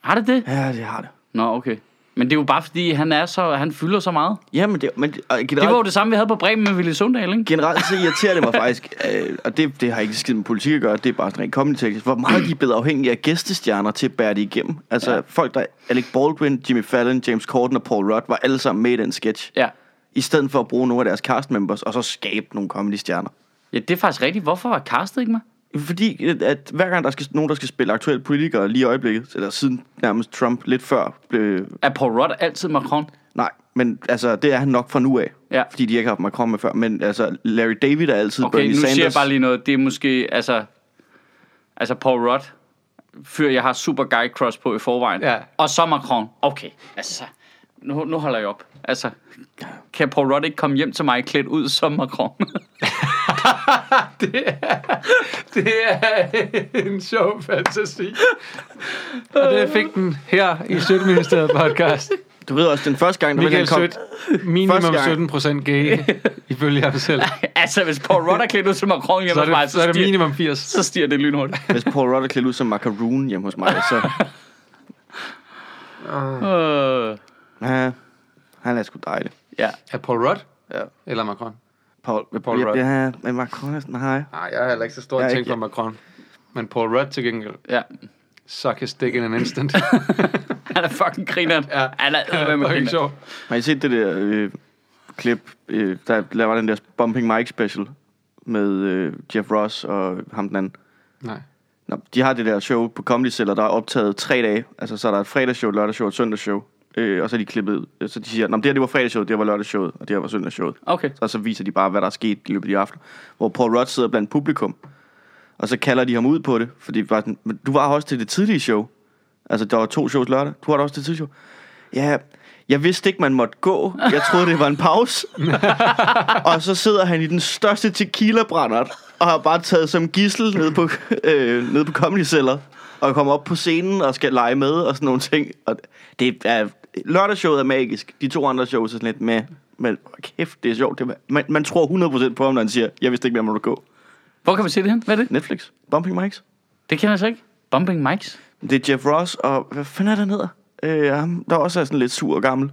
Speaker 1: Har det det?
Speaker 3: ja, det har det.
Speaker 1: Nå, okay. Men det er jo bare, fordi han, er så, han fylder så meget.
Speaker 3: Ja, men det, men, det- og generelt,
Speaker 1: Det var jo det samme, vi havde på Bremen med Ville Sundal, ikke?
Speaker 3: generelt så irriterer det mig faktisk, øh, og det, det har ikke skidt med politik at gøre, det er bare sådan rent comedy teknisk, hvor meget de er blevet afhængige af gæstestjerner til at bære det igennem. Altså ja. folk der, Alec Baldwin, Jimmy Fallon, James Corden og Paul Rudd, var alle sammen med i den sketch.
Speaker 1: Ja.
Speaker 3: I stedet for at bruge nogle af deres cast members, og så skabe nogle comedy stjerner.
Speaker 1: Ja, det er faktisk rigtigt. Hvorfor var castet ikke med?
Speaker 3: Fordi at- at hver gang der skal nogen, der skal spille aktuelle politikere lige i øjeblikket, eller siden nærmest Trump lidt før blev...
Speaker 1: Er Paul Rudd altid Macron?
Speaker 3: Nej, men altså, det er han nok fra nu af.
Speaker 1: Ja.
Speaker 3: Fordi de ikke har haft Macron med før. Men altså, Larry David er altid
Speaker 1: Okay,
Speaker 3: Bernie
Speaker 1: nu
Speaker 3: Sanders.
Speaker 1: siger jeg bare lige noget. Det er måske, altså... Altså, Paul Rudd, fyr, jeg har super guy cross på i forvejen.
Speaker 2: Ja.
Speaker 1: Og så Macron. Okay, altså... Nu, nu holder jeg op. Altså, kan Paul Rudd ikke komme hjem til mig klædt ud som Macron?
Speaker 2: det er en sjov fantasi. Og det fik den her i Sødministeriet podcast.
Speaker 3: Du ved også, den første gang, der
Speaker 2: Michael
Speaker 3: han kom...
Speaker 2: Sødt, minimum
Speaker 3: gang.
Speaker 2: 17 procent gay, ifølge ham selv.
Speaker 1: altså, hvis Paul Rudd er klædt ud som Macron hjemme
Speaker 2: Så er
Speaker 1: hos mig,
Speaker 2: det,
Speaker 1: så,
Speaker 2: så er det
Speaker 1: stiger,
Speaker 2: minimum 80.
Speaker 1: så stiger det lynhurtigt.
Speaker 3: Hvis Paul Rudd er klædt ud som macaroon hjemme hos mig, så...
Speaker 1: Øh,
Speaker 3: Ja, han er sgu dejlig.
Speaker 1: ja.
Speaker 2: Er Paul Rudd
Speaker 3: Ja.
Speaker 2: eller Macron?
Speaker 3: Paul,
Speaker 2: Paul
Speaker 3: ja,
Speaker 2: Rudd.
Speaker 3: Ja, men Macron er sådan, nej.
Speaker 2: Nej, jeg er heller ikke så stor
Speaker 3: Jeg
Speaker 2: en
Speaker 3: er
Speaker 2: ting
Speaker 3: ikke-
Speaker 2: for Macron. Men Paul Rudd til gengæld,
Speaker 1: Ja.
Speaker 2: suck his dick in an instant.
Speaker 1: Han er fucking grineren.
Speaker 2: Ja.
Speaker 1: Han er
Speaker 2: det
Speaker 1: med
Speaker 2: var ikke
Speaker 1: grineren.
Speaker 2: sjovt.
Speaker 3: Har I set det der øh, klip, øh, der, der var den der Bumping Mike special med øh, Jeff Ross og ham den anden?
Speaker 2: Nej.
Speaker 3: Nå, de har det der show på Comedy Cellar, der er optaget tre dage. Altså, så er der et fredagsshow, et lørdagsshow og et søndagsshow. Øh, og så er de klippet, øh, så de siger, Nå, men det her det var fredagsshowet, det her var lørdagsshowet, og det her var søndagsshowet.
Speaker 1: Okay.
Speaker 3: Og så viser de bare, hvad der er sket i løbet af de aften. Hvor Paul Rudd sidder blandt publikum, og så kalder de ham ud på det, fordi de var sådan, "Men du var også til det tidlige show. Altså, der var to shows lørdag. Du var der også til det tidlige show. Ja, jeg vidste ikke, man måtte gå. Jeg troede, det var en pause. og så sidder han i den største tequila-brændert, og har bare taget som gissel ned på, øh, ned på Comedy Cellar, og kommer op på scenen og skal lege med og sådan nogle ting. Og det er, lørdagsshowet er magisk. De to andre shows er sådan lidt med, men kæft, det er sjovt. Det er, man, man tror 100% på ham, når han siger, jeg vidste ikke, man måtte gå.
Speaker 1: Hvor kan man se det hen? Hvad er det?
Speaker 3: Netflix. Bumping Mics.
Speaker 1: Det kender jeg så ikke. Bumping Mics?
Speaker 3: Det er Jeff Ross, og hvad fanden er der nede? Øh, ham, der også er sådan lidt sur og gammel.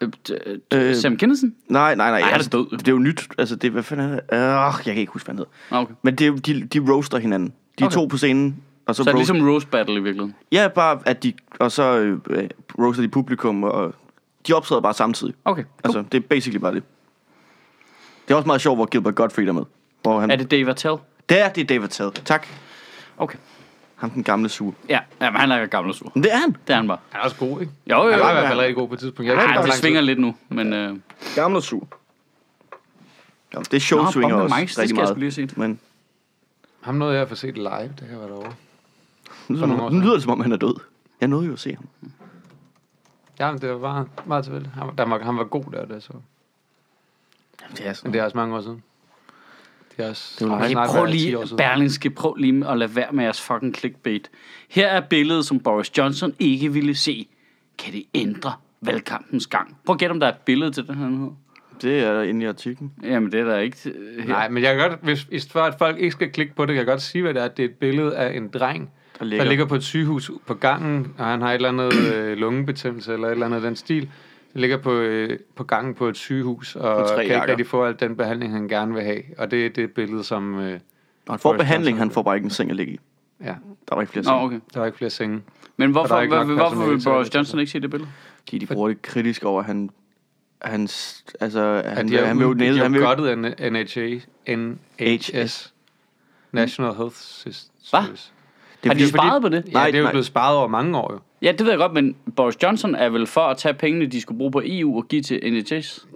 Speaker 1: Øh, d-
Speaker 3: Øh,
Speaker 1: d- Sam Kinison?
Speaker 3: Nej, nej, nej.
Speaker 1: han er
Speaker 3: altså,
Speaker 1: død.
Speaker 3: Det er jo nyt. Altså, det, er- hvad fanden er det? Øh, jeg kan ikke huske, hvad han hedder.
Speaker 1: Ah, Okay.
Speaker 3: Men det, er jo- de, de roaster hinanden. De er
Speaker 1: Okay.
Speaker 3: to på scenen, og så,
Speaker 1: Så er det
Speaker 3: roast-
Speaker 1: ligesom Rose Battle i virkeligheden.
Speaker 3: Ja, bare at de... Og så øh, øh, roaster de publikum, og de optræder bare samtidig.
Speaker 1: Okay.
Speaker 3: Altså, det er basically bare det. Det er også meget sjovt, hvor Gilbert Gottfried er med. Hvor han,
Speaker 1: Er det Dave Attell?
Speaker 3: Der, det er David Tad. Tak.
Speaker 1: Okay.
Speaker 3: Ham den gamle suge.
Speaker 1: Ja, jamen, han er gammel og sur.
Speaker 3: Men det er han.
Speaker 1: Det er han bare.
Speaker 2: Han er også god, ikke?
Speaker 1: Jo, jo,
Speaker 2: Han
Speaker 1: jo.
Speaker 2: var i hvert
Speaker 3: ja.
Speaker 2: fald rigtig god på et tidspunkt. Jeg ved ikke,
Speaker 1: Ej,
Speaker 2: hvor
Speaker 1: det
Speaker 2: lang tid.
Speaker 1: svinger lidt nu, men... Øh,
Speaker 3: Gammel og suge. Ja, det show
Speaker 1: Nå,
Speaker 3: swinger
Speaker 1: Bumble
Speaker 3: også
Speaker 1: Mics, det skal
Speaker 3: rigtig
Speaker 1: jeg
Speaker 3: meget.
Speaker 1: sgu lige have set.
Speaker 3: Men
Speaker 2: Ham nåede jeg at få set live, da jeg var derovre.
Speaker 3: nu, lyder,
Speaker 2: nogle år
Speaker 3: nu lyder det, som om han er død. Jeg nåede jo at se ham.
Speaker 2: Jamen, det var bare meget tilfældigt. Han, var- der var, han var god der, da jeg så.
Speaker 3: Jamen, det er sådan.
Speaker 2: Men det er også mange år siden. Det er også
Speaker 3: Det er jo
Speaker 2: det er
Speaker 1: Ej,
Speaker 2: snart
Speaker 1: prøv
Speaker 2: været 10
Speaker 1: lige,
Speaker 2: år siden.
Speaker 1: Berlingske, prøv lige at lade være med jeres fucking clickbait. Her er billedet, som Boris Johnson ikke ville se. Kan det ændre valgkampens gang? Prøv at gætte, om der er et billede til den her nyhed.
Speaker 3: Det er inde i artiklen.
Speaker 1: Jamen, det er der ikke øh, her.
Speaker 2: Nej, men jeg kan godt, hvis, hvis for at folk ikke skal klikke på det, kan jeg godt sige, hvad det er. Det er et billede af en dreng,
Speaker 3: Der
Speaker 2: der
Speaker 3: ligger-
Speaker 2: ligger, der ligger på et sygehus på gangen, og han har et eller andet øh, lungebetændelse eller et eller andet af den stil. Han ligger på, øh, på gangen på et sygehus, og
Speaker 3: På tre
Speaker 2: kan ikke
Speaker 3: jakker.
Speaker 2: rigtig få al den behandling, han gerne vil have. Og det er det billede, som... Øh,
Speaker 3: Og han får
Speaker 2: Boris
Speaker 3: behandling,
Speaker 2: Johnson.
Speaker 3: han får bare ikke en seng at ligge i.
Speaker 2: ja,
Speaker 3: Der var ikke flere
Speaker 1: Nå,
Speaker 3: senge.
Speaker 1: okay.
Speaker 2: der er ikke flere senge.
Speaker 1: Men
Speaker 2: Og der
Speaker 1: hvorfor,
Speaker 2: er ikke nok
Speaker 1: hvor, hvorfor
Speaker 2: personale
Speaker 1: vil
Speaker 2: til at-
Speaker 1: Boris Johnson ikke se det billede?
Speaker 3: Fordi de bruger det kritisk over, at han... Hans, altså, han,
Speaker 2: Han,
Speaker 3: ja,
Speaker 2: de
Speaker 3: han vil jo
Speaker 2: har,
Speaker 3: næse,
Speaker 2: de
Speaker 3: han vil
Speaker 2: har
Speaker 3: jo-
Speaker 2: gottet af N- NHA, NHS, National Health Service.
Speaker 1: Hvad? Har
Speaker 3: Det er
Speaker 1: de
Speaker 3: fordi,
Speaker 1: sparet på det?
Speaker 2: Ja,
Speaker 3: Nej,
Speaker 2: det er jo
Speaker 3: nej.
Speaker 2: blevet sparet over mange år jo.
Speaker 1: Ja, det ved jeg godt, men Boris Johnson er vel for at tage pengene, de skulle bruge på EU og give til NHS?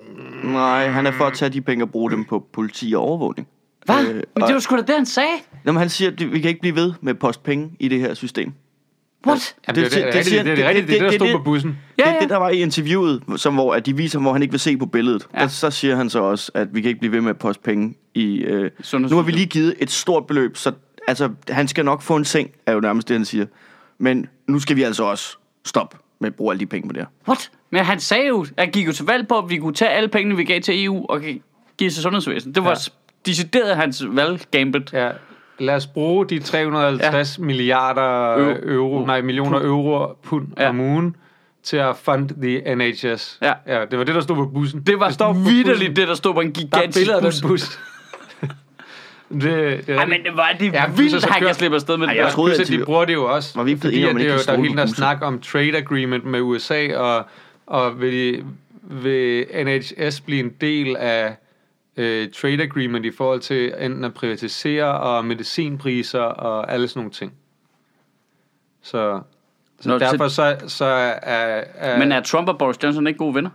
Speaker 3: Nej, han er
Speaker 2: Mm.
Speaker 3: for at tage de penge og bruge dem på politi og overvågning.
Speaker 1: Hvad?
Speaker 3: Øh,
Speaker 1: men
Speaker 3: og-
Speaker 1: det var sgu da det, han sagde.
Speaker 3: Nå, men han siger, at vi kan ikke blive ved med at poste penge i det her system.
Speaker 1: What?
Speaker 2: Jamen, det, det, det, det,
Speaker 3: siger-
Speaker 2: det, det, det er rigtigt, det er det, der
Speaker 3: det-
Speaker 2: stod på bussen.
Speaker 1: Ja,
Speaker 3: det er
Speaker 1: ja.
Speaker 3: det, der var i interviewet, som, hvor at de viser, hvor han ikke vil se på billedet. Ja.
Speaker 1: Ja.
Speaker 3: Og så siger han så også, at vi kan ikke blive ved med at poste penge i... Øh, nu har vi
Speaker 1: Sundhedssystemet.
Speaker 3: lige givet et stort beløb, så altså, han skal nok få en seng, er jo nærmest det, han siger. Men nu skal vi altså også stoppe med at bruge alle de penge på det her.
Speaker 1: What? Men han sagde jo, han gik jo til valg på, at vi kunne tage alle pengene, vi gav til EU og gi- give til sundhedsvæsenet. Det var
Speaker 2: Ja.
Speaker 1: ja. decideret hans valggambit. Ja.
Speaker 2: Ja. Lad os bruge de 350 ja. milliarder
Speaker 1: Øv-
Speaker 2: euro, euro nej, millioner pund. euro pund
Speaker 1: Ja.
Speaker 2: ja. om ugen til at fund the NHS.
Speaker 1: Ja.
Speaker 2: ja. det var det, der stod på bussen.
Speaker 1: Det var
Speaker 2: står på
Speaker 1: vidderligt
Speaker 2: bussen.
Speaker 1: det, der stod på en
Speaker 2: Der er
Speaker 1: gigantisk
Speaker 2: billeder af
Speaker 1: bus.
Speaker 2: den bus. det, det er
Speaker 1: Ej, men var det
Speaker 2: Ja,
Speaker 1: ja,
Speaker 2: men så-
Speaker 1: vildt,
Speaker 2: så
Speaker 1: at han
Speaker 2: kører-
Speaker 1: kan slippe afsted med det.
Speaker 3: Ej, jeg
Speaker 1: der.
Speaker 3: troede,
Speaker 2: Plus,
Speaker 3: at
Speaker 2: at
Speaker 3: de-
Speaker 2: de bruger det jo også.
Speaker 3: Var vi ikke blevet
Speaker 2: fordi
Speaker 3: enige om,
Speaker 2: at
Speaker 3: at man
Speaker 2: det er
Speaker 3: ikke
Speaker 2: jo,
Speaker 3: kan
Speaker 2: der
Speaker 3: stole på
Speaker 2: er hele der
Speaker 3: bussen?
Speaker 2: snak om trade agreement med USA, og, og vil, vil NHS blive en del af øh, trade agreement i forhold til enten at privatisere og medicinpriser og alle sådan nogle ting. Så, så
Speaker 1: Nå,
Speaker 2: Nå,
Speaker 1: til-
Speaker 2: derfor så, så er... er
Speaker 1: Men er Trump og Boris Johnson ikke gode venner?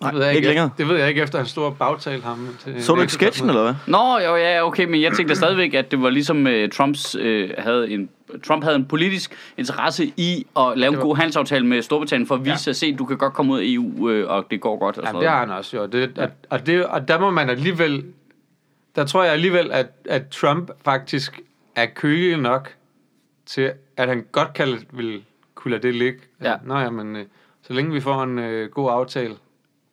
Speaker 3: Nej,
Speaker 2: det ved jeg
Speaker 3: ikke længere.
Speaker 2: Det ved jeg ikke, efter han stod og bagtalte ham. Til
Speaker 3: Så du ikke sketchen, eller hvad?
Speaker 1: Nå, jo, ja, okay, men jeg tænkte stadigvæk, at det var ligesom uh, Trumps, uh, havde en, Trump havde en politisk interesse i at lave en
Speaker 2: var-
Speaker 1: god handelsaftale med Storbritannien for at vise ja. at se, du kan godt komme ud af EU, øh, og det går godt. Og sådan
Speaker 2: Jamen,
Speaker 1: noget.
Speaker 2: det har han også gjort. Det, og, og, det, og der må man alligevel... Der tror jeg alligevel, at, at Trump faktisk er kølig nok til, at han godt kan, vil kunne lade det ligge.
Speaker 1: Ja.
Speaker 2: Nå ja, men øh, så længe vi får en øh, god aftale.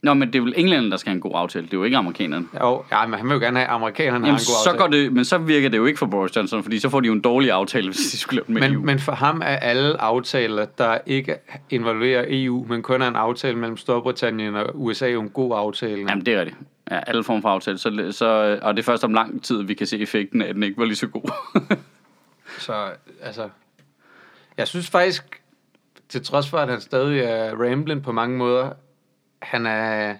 Speaker 1: Nå, men det er vel englænderne, der skal have en god aftale. Det er jo ikke amerikanerne.
Speaker 2: Ja, Og, ja, men han vil jo gerne have, at amerikanerne
Speaker 1: Jamen,
Speaker 2: har en god
Speaker 1: så
Speaker 2: aftale.
Speaker 1: går det, men så virker det jo ikke for Boris Johnson, fordi så får de jo en dårlig aftale, hvis de skulle lave den med EU.
Speaker 2: men, men for ham er alle aftaler, der ikke involverer EU, men kun er en aftale mellem Storbritannien og USA, jo en god aftale.
Speaker 1: Jamen, det er rigtigt. Ja, alle former for aftale. Så, så, og det er først om lang tid, vi kan se effekten af, at den ikke var lige så god.
Speaker 2: Så altså, jeg synes faktisk, til trods for, at han stadig er rambling på mange måder, han er...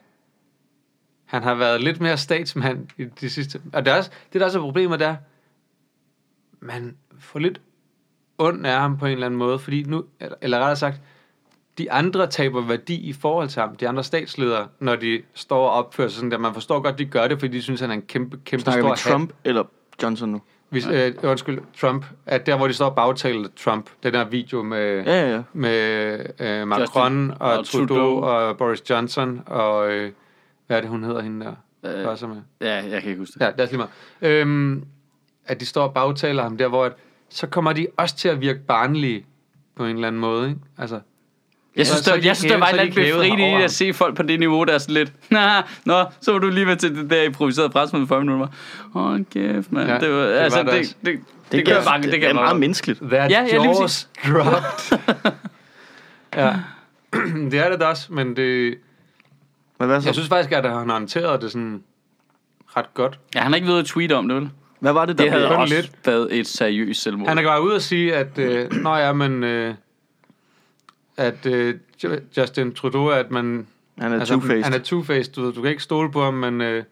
Speaker 2: Han har været lidt mere statsmand i de sidste... Og det, er også, det der også er problemet, der man får lidt ondt af ham på en eller anden måde, fordi nu, eller, eller rettere sagt, de andre taber værdi i forhold til ham, de andre statsledere, når de står og opfører sig sådan der. Man forstår godt, de gør det, fordi de synes, han er en kæmpe, kæmpe
Speaker 3: Snakker
Speaker 2: stor
Speaker 3: vi
Speaker 2: hat.
Speaker 3: Trump eller Johnson nu?
Speaker 2: Hvis, øh, undskyld, Trump. At der, hvor de står og bagtaler Trump. Den der video med,
Speaker 3: Ja, ja, ja.
Speaker 2: med øh, Macron
Speaker 1: Justin-
Speaker 2: og,
Speaker 1: og
Speaker 2: Trudeau,
Speaker 1: Trudeau.
Speaker 2: og Boris Johnson og... Øh, hvad er det, hun hedder hende der?
Speaker 1: Øh.
Speaker 2: Øh. Med?
Speaker 1: ja, jeg kan ikke huske det.
Speaker 2: Ja, det er lige meget. Øhm, at de står og bagtaler ham der, hvor at, så kommer de også til at virke barnlige på en eller anden måde, ikke? Altså,
Speaker 1: Jeg synes,
Speaker 2: Så- så
Speaker 1: der,
Speaker 2: de
Speaker 1: jeg synes, der
Speaker 2: hævede-
Speaker 1: var et
Speaker 2: så
Speaker 1: eller
Speaker 2: de
Speaker 1: andet
Speaker 2: hævede
Speaker 1: befriende
Speaker 2: herover.
Speaker 1: i at se folk på det niveau, der er sådan lidt, nah, nå, så var du lige med til det der improviserede pressemøde for minutter. Åh, oh, kæft, mand.
Speaker 2: Ja,
Speaker 1: det var,
Speaker 2: det var
Speaker 1: altså,
Speaker 2: det
Speaker 1: det, det,
Speaker 2: også.
Speaker 1: det, det, gør bare, det,
Speaker 3: det
Speaker 1: gør
Speaker 3: er
Speaker 1: bare-
Speaker 3: meget menneskeligt.
Speaker 2: Their
Speaker 1: Ja,
Speaker 2: ja,
Speaker 1: ja, lige
Speaker 2: jaws dropped. ja. det er det da også, men det,
Speaker 1: Altså-
Speaker 3: Men hvad, så?
Speaker 2: jeg synes faktisk, at han har håndteret det sådan ret godt.
Speaker 1: Ja, han har ikke ved at tweete om det, vel?
Speaker 3: hvad var det, der
Speaker 1: Det havde
Speaker 3: blev-
Speaker 2: kun
Speaker 1: også
Speaker 2: lidt.
Speaker 1: været et seriøst selvmord.
Speaker 2: Han er bare ude og sige, at øh, når ja, men øh, at øh, Ju- Justin Trudeau, at man
Speaker 3: Han er
Speaker 2: altså,
Speaker 3: two-faced.
Speaker 2: han er two-faced, du, ved, du kan ikke stole på ham, men øh,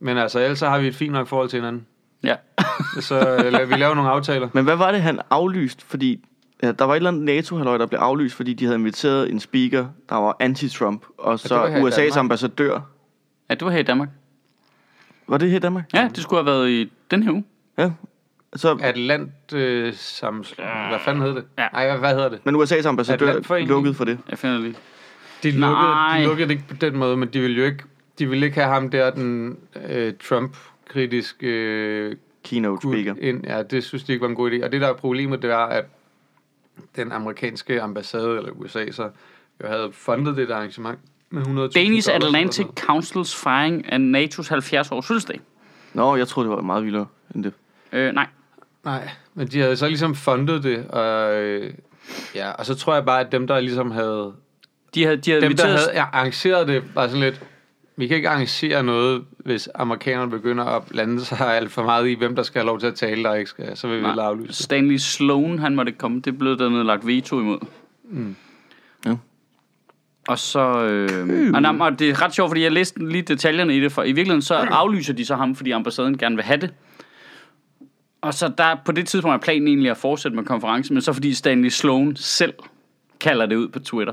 Speaker 2: men altså ellers så har vi et fint nok forhold til hinanden.
Speaker 1: Ja.
Speaker 2: Så øh, la- vi laver nogle aftaler.
Speaker 3: Men hvad var det, han aflyste? Fordi ja, der var et eller andet nato halløj der blev aflyst, fordi de havde inviteret en speaker, der var anti-Trump, og så
Speaker 2: det var her i
Speaker 3: USA's
Speaker 2: Danmark.
Speaker 3: ambassadør.
Speaker 1: ja, det var her i Danmark.
Speaker 3: Var det her i Danmark?
Speaker 1: Ja, det skulle have været i den her uge.
Speaker 3: Ja. Så,
Speaker 2: Atlant øh, sammenslutning. Hvad fanden hed det?
Speaker 1: Ja.
Speaker 2: Nej, hvad, hvad hedder det?
Speaker 3: men USA's ambassadør
Speaker 2: Atlantforeningen.
Speaker 3: lukkede for det.
Speaker 1: Jeg finder det lige.
Speaker 2: De lukkede,
Speaker 1: Nej.
Speaker 2: de lukkede det ikke på den måde, men de ville jo ikke, de ville ikke have ham der, den øh, Trump-kritiske øh,
Speaker 3: Keynote
Speaker 2: gut
Speaker 3: speaker.
Speaker 2: ind. Ja, det synes de ikke var en god idé. Og det, der er problemet, det er, at den amerikanske ambassade, eller USA, så jo havde fundet det der arrangement, med 100.000
Speaker 1: Danish
Speaker 2: dollars eller
Speaker 1: Atlantic
Speaker 2: sådan noget.
Speaker 1: Councils fejring af NATO's 70 års fødselsdag.
Speaker 3: Nå, jeg troede, det var meget vildere end det.
Speaker 1: Øh, nej.
Speaker 2: Nej, men de havde så ligesom fundet det, og, øh, ja, og så tror jeg bare, at dem, der ligesom havde,
Speaker 1: De havde, de havde
Speaker 2: dem, der
Speaker 1: inviteret...
Speaker 2: havde ja, arrangeret det, var sådan lidt, vi kan ikke arrangere noget, hvis amerikanerne begynder at blande sig alt for meget i, hvem der skal have lov til at tale, der ikke skal, så vil vi
Speaker 1: Nej.
Speaker 2: vel aflyse. det.
Speaker 1: Stanley Sloan, han måtte ikke komme. Det blev der nedlagt veto imod. Mm.
Speaker 3: Ja.
Speaker 1: Og så... Øh, og, nej, og det er ret sjovt, fordi jeg læste lige detaljerne i det, for i virkeligheden så aflyser de så ham, fordi ambassaden gerne vil have det. Og så der, på det tidspunkt er planen egentlig at fortsætte med konferencen, men så fordi Stanley Sloan selv kalder det ud på Twitter,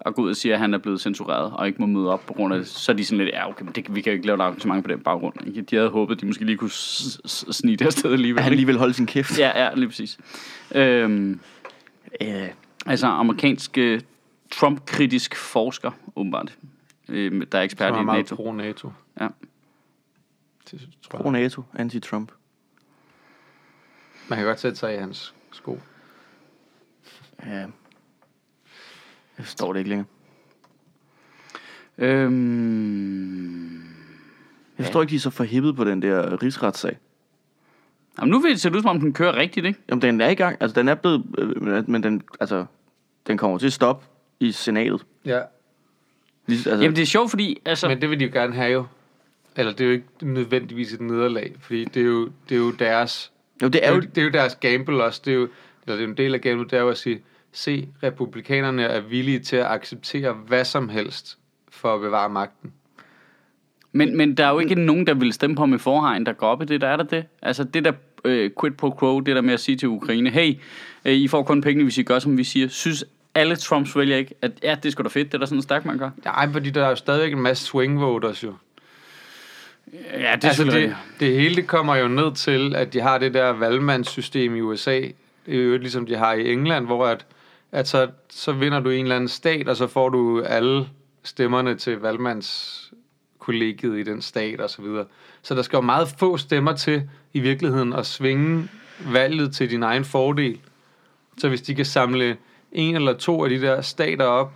Speaker 1: og går ud og siger, at han er blevet censureret og ikke må møde op på grund af det, så er de sådan lidt, ja okay, men det, vi kan jo ikke lave et arrangement på den baggrund. ikke? De havde håbet, de måske lige kunne s- s- snige det afsted alligevel.
Speaker 3: At han
Speaker 1: ikke?
Speaker 3: lige vil holde sin kæft.
Speaker 1: Ja, ja, lige præcis. Øhm, øh, altså amerikansk øh, Trump-kritisk forsker, åbenbart, øh, der er
Speaker 2: Så
Speaker 1: ekspert
Speaker 2: var
Speaker 1: i
Speaker 2: meget
Speaker 1: NATO.
Speaker 2: pro-NATO.
Speaker 1: Ja.
Speaker 2: Det tror jeg.
Speaker 3: Pro-NATO, anti-Trump.
Speaker 2: Man kan godt sætte sig i hans sko.
Speaker 3: Ja. Jeg forstår det ikke længere.
Speaker 1: Øhm,
Speaker 3: Jeg forstår ikke, de er så forhippet på den der rigsretssag.
Speaker 1: jamen, nu vil det se ud, som om den kører rigtigt, ikke?
Speaker 3: Jamen, den er i gang. Altså, den er blevet... øh, men- Men den, altså, den kommer til at stoppe i senatet.
Speaker 2: Ja,
Speaker 3: Lige, altså,
Speaker 1: Jamen, det er sjovt, fordi... Altså,
Speaker 2: men det vil de jo gerne have jo. Eller det er jo ikke nødvendigvis et nederlag, fordi det er jo, det er jo deres
Speaker 3: jo, det
Speaker 2: det
Speaker 3: er jo...
Speaker 2: det er jo deres gamble også. Det er jo, eller det er jo en del af gamble, det er jo at sige, se, republikanerne er villige til at acceptere hvad som helst for at bevare magten.
Speaker 1: men, men der er jo ikke nogen, der vil stemme på ham i forhegn, der går op i det. Der er der det. Altså, det der øh, quid pro quo, det der med at sige til Ukraine, hey, øh, I får kun pengene, hvis I gør, som vi siger. Synes alle Trumps vælger ikke, at ja, det er sgu da fedt, det er der sådan en stærk, man gør.
Speaker 2: Nej, fordi der er jo stadigvæk en masse swing voters jo.
Speaker 1: Ja, det er
Speaker 2: altså,
Speaker 1: selvfølgelig
Speaker 2: det, det hele det kommer jo ned til, at de har det der valgmandssystem i USA, i øvrigt ligesom de har i England, hvor at, at så, så vinder du en eller anden stat, og så får du alle stemmerne til valgmandskollegiet i den stat og så videre. Så der skal jo meget få stemmer til i virkeligheden at svinge valget til din egen fordel. Så hvis de kan samle en eller to af de der stater op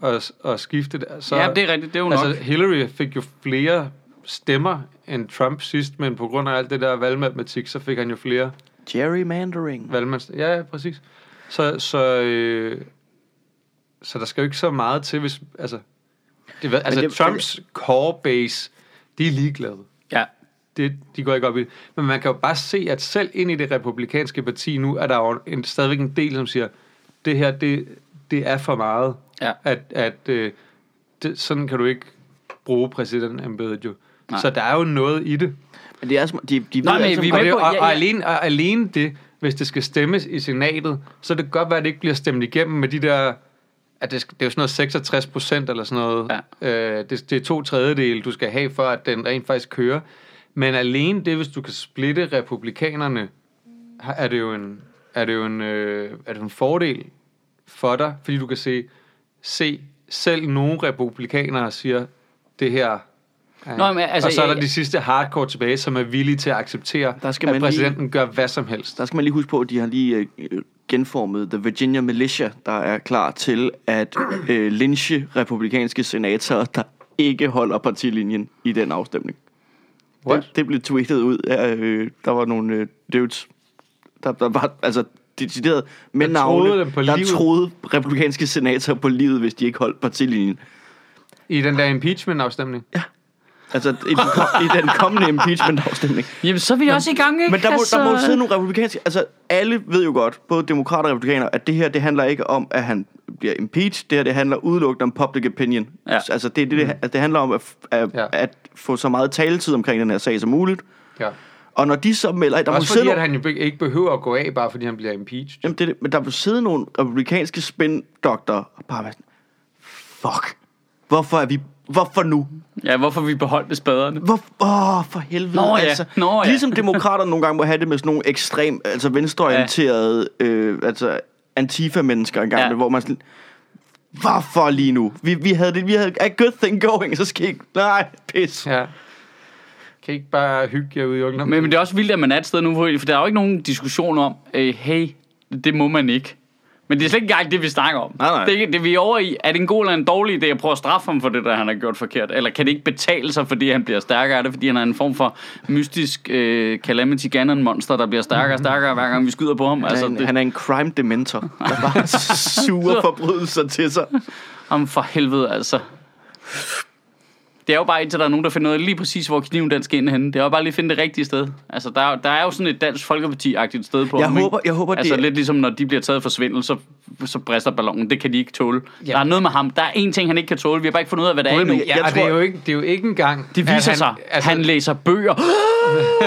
Speaker 2: og, og skifte der, så,
Speaker 1: Ja, det er rigtigt, det er jo nok.
Speaker 2: Altså, Hillary fik jo flere stemmer end Trump sidst, men på grund af alt det der valgmatematik, så fik han jo flere
Speaker 3: Gerrymandering.
Speaker 2: valgmands... Ja, ja, præcis. Så, så, øh, så der skal jo ikke så meget til, hvis... Altså, det, ved- altså
Speaker 3: det-
Speaker 2: det, Trumps core base, de er ligeglade.
Speaker 1: Ja,
Speaker 2: Det, de går ikke op i det. Men man kan jo bare se, at selv ind i det republikanske parti nu, er der jo en, stadigvæk en del, som siger, det her, det, det er for meget.
Speaker 1: Ja.
Speaker 2: At, at øh, det, sådan kan du ikke bruge præsidentembedet jo.
Speaker 1: Nej.
Speaker 2: Nej. Så der er jo noget i det.
Speaker 3: Men det er som, de, de
Speaker 1: Nej,
Speaker 3: ved
Speaker 1: men
Speaker 3: altså,
Speaker 1: vi er
Speaker 2: Og,
Speaker 1: med
Speaker 2: det,
Speaker 1: på-
Speaker 2: og, og,
Speaker 1: ja, ja.
Speaker 2: alene, og alene det, hvis det skal stemmes i senatet, så kan det godt være, at det ikke bliver stemt igennem med de der... At det, skal- det er jo sådan noget 66 procent eller sådan noget. Ja. Øh, det, det er to tredjedele, du skal have for, at den rent faktisk kører. Men alene det, hvis du kan splitte republikanerne, har- er det jo en, er det jo en, øh, er det en fordel for dig, fordi du kan se, se selv nogle republikanere siger, det her... er-
Speaker 1: Nå, men altså,
Speaker 2: og så er der
Speaker 1: jeg-
Speaker 2: de sidste hardcore tilbage, som er villige til at acceptere,
Speaker 3: Der skal
Speaker 2: at
Speaker 3: man lige-
Speaker 2: præsidenten gør hvad som helst.
Speaker 3: Der skal man lige huske på, at de har lige øh, øh, genformet The Virginia Militia, der er klar til at øh, lynche republikanske senatorer, der ikke holder partilinjen i den afstemning.
Speaker 2: What?
Speaker 3: Det, det blev tweetet ud af, øh, der var nogle øh, dudes, der, der var, altså decideret med
Speaker 2: Der
Speaker 3: navne,
Speaker 2: troede dem på
Speaker 3: der
Speaker 2: livet.
Speaker 3: troede republikanske senatorer på livet, hvis de ikke holdt partilinjen.
Speaker 2: I den der impeachment-afstemning.
Speaker 3: Altså i den, kom, i den kommende impeachment-afstemning.
Speaker 1: Jamen, så er vi da også i gang, ikke?
Speaker 3: Men der må,
Speaker 1: altså,
Speaker 3: der må jo sidde nogle republikanske... Altså, alle ved jo godt, både demokrater og republikanere, at det her, det handler ikke om, at han bliver impeached. Det her, det handler udelukkende om public opinion.
Speaker 1: Ja.
Speaker 3: Altså, det, er det, det, altså, det handler om at, f- at,
Speaker 2: Mm. Ja.
Speaker 3: ja. at få så meget taletid omkring den her sag som muligt.
Speaker 2: Ja.
Speaker 3: Og når de så melder... Der må
Speaker 2: Også
Speaker 3: sidde
Speaker 2: fordi, at
Speaker 3: nogle,
Speaker 2: han jo be- ikke behøver at gå af, bare fordi han bliver impeached.
Speaker 3: jamen, det, er det, men der må sidde nogle republikanske spindoktorer og bare være sådan... Fuck. Hvorfor er vi... Hvorfor nu?
Speaker 1: Ja, hvorfor vi beholdt spaderne.
Speaker 3: Hvor, åh, for helvede.
Speaker 1: Nå ja,
Speaker 3: altså,
Speaker 1: nå ja.
Speaker 3: Ligesom demokraterne nogle gange må have det med sådan nogle ekstrem, altså venstreorienterede, ja. øh, altså antifa-mennesker engang,
Speaker 1: Ja.
Speaker 3: ja. hvor man sådan, hvorfor lige nu? Vi, vi havde det, vi havde a good thing going, så skal I ikke, nej, pis. Ja.
Speaker 2: Ja. Kan I ikke bare hygge jer ude i ungdommen?
Speaker 1: Men, men det er også vildt, at man er et sted nu, hvor- for der er jo ikke nogen diskussion om, øh, hey, det må man ikke. Men det er slet ikke engang det, vi snakker om.
Speaker 3: Nej, nej.
Speaker 1: Det, er ikke- det vi er over i, er det en god eller en dårlig idé at prøve at straffe ham for det, der han har gjort forkert? Eller kan det ikke betale sig, fordi han bliver stærkere? Er det, fordi han er en form for mystisk øh, Calamity Ganon-monster, der bliver stærkere og stærkere, hver gang vi skyder på ham?
Speaker 3: Altså,
Speaker 1: Altså,
Speaker 3: han,
Speaker 1: det,
Speaker 3: han er en crime dementor, der bare suger forbrydelser til sig.
Speaker 1: Jamen for helvede, altså. Det er jo bare indtil der er nogen, der finder ud af lige præcis, hvor kniven den skal ind henne. Det er jo bare lige at finde det rigtige sted. Altså, der er, der er jo sådan et dansk folkeparti-agtigt sted på.
Speaker 3: Jeg
Speaker 1: ham, ikke?
Speaker 3: håber- jeg håber, det
Speaker 1: altså,
Speaker 3: er-
Speaker 1: lidt ligesom når de bliver taget for svindel, så, så brister ballonen. Det kan de ikke tåle. Der er noget med ham. Der er én ting, han ikke kan tåle. Vi har bare ikke fundet ud af, hvad det er endnu.
Speaker 3: Problemet-
Speaker 2: Ja,
Speaker 3: Jeg
Speaker 2: jeg og
Speaker 3: tror-
Speaker 2: det, er jo ikke, det er jo ikke engang...
Speaker 1: Det
Speaker 2: at
Speaker 1: viser han, sig.
Speaker 2: Altså,
Speaker 1: han
Speaker 2: han...
Speaker 1: læser bøger.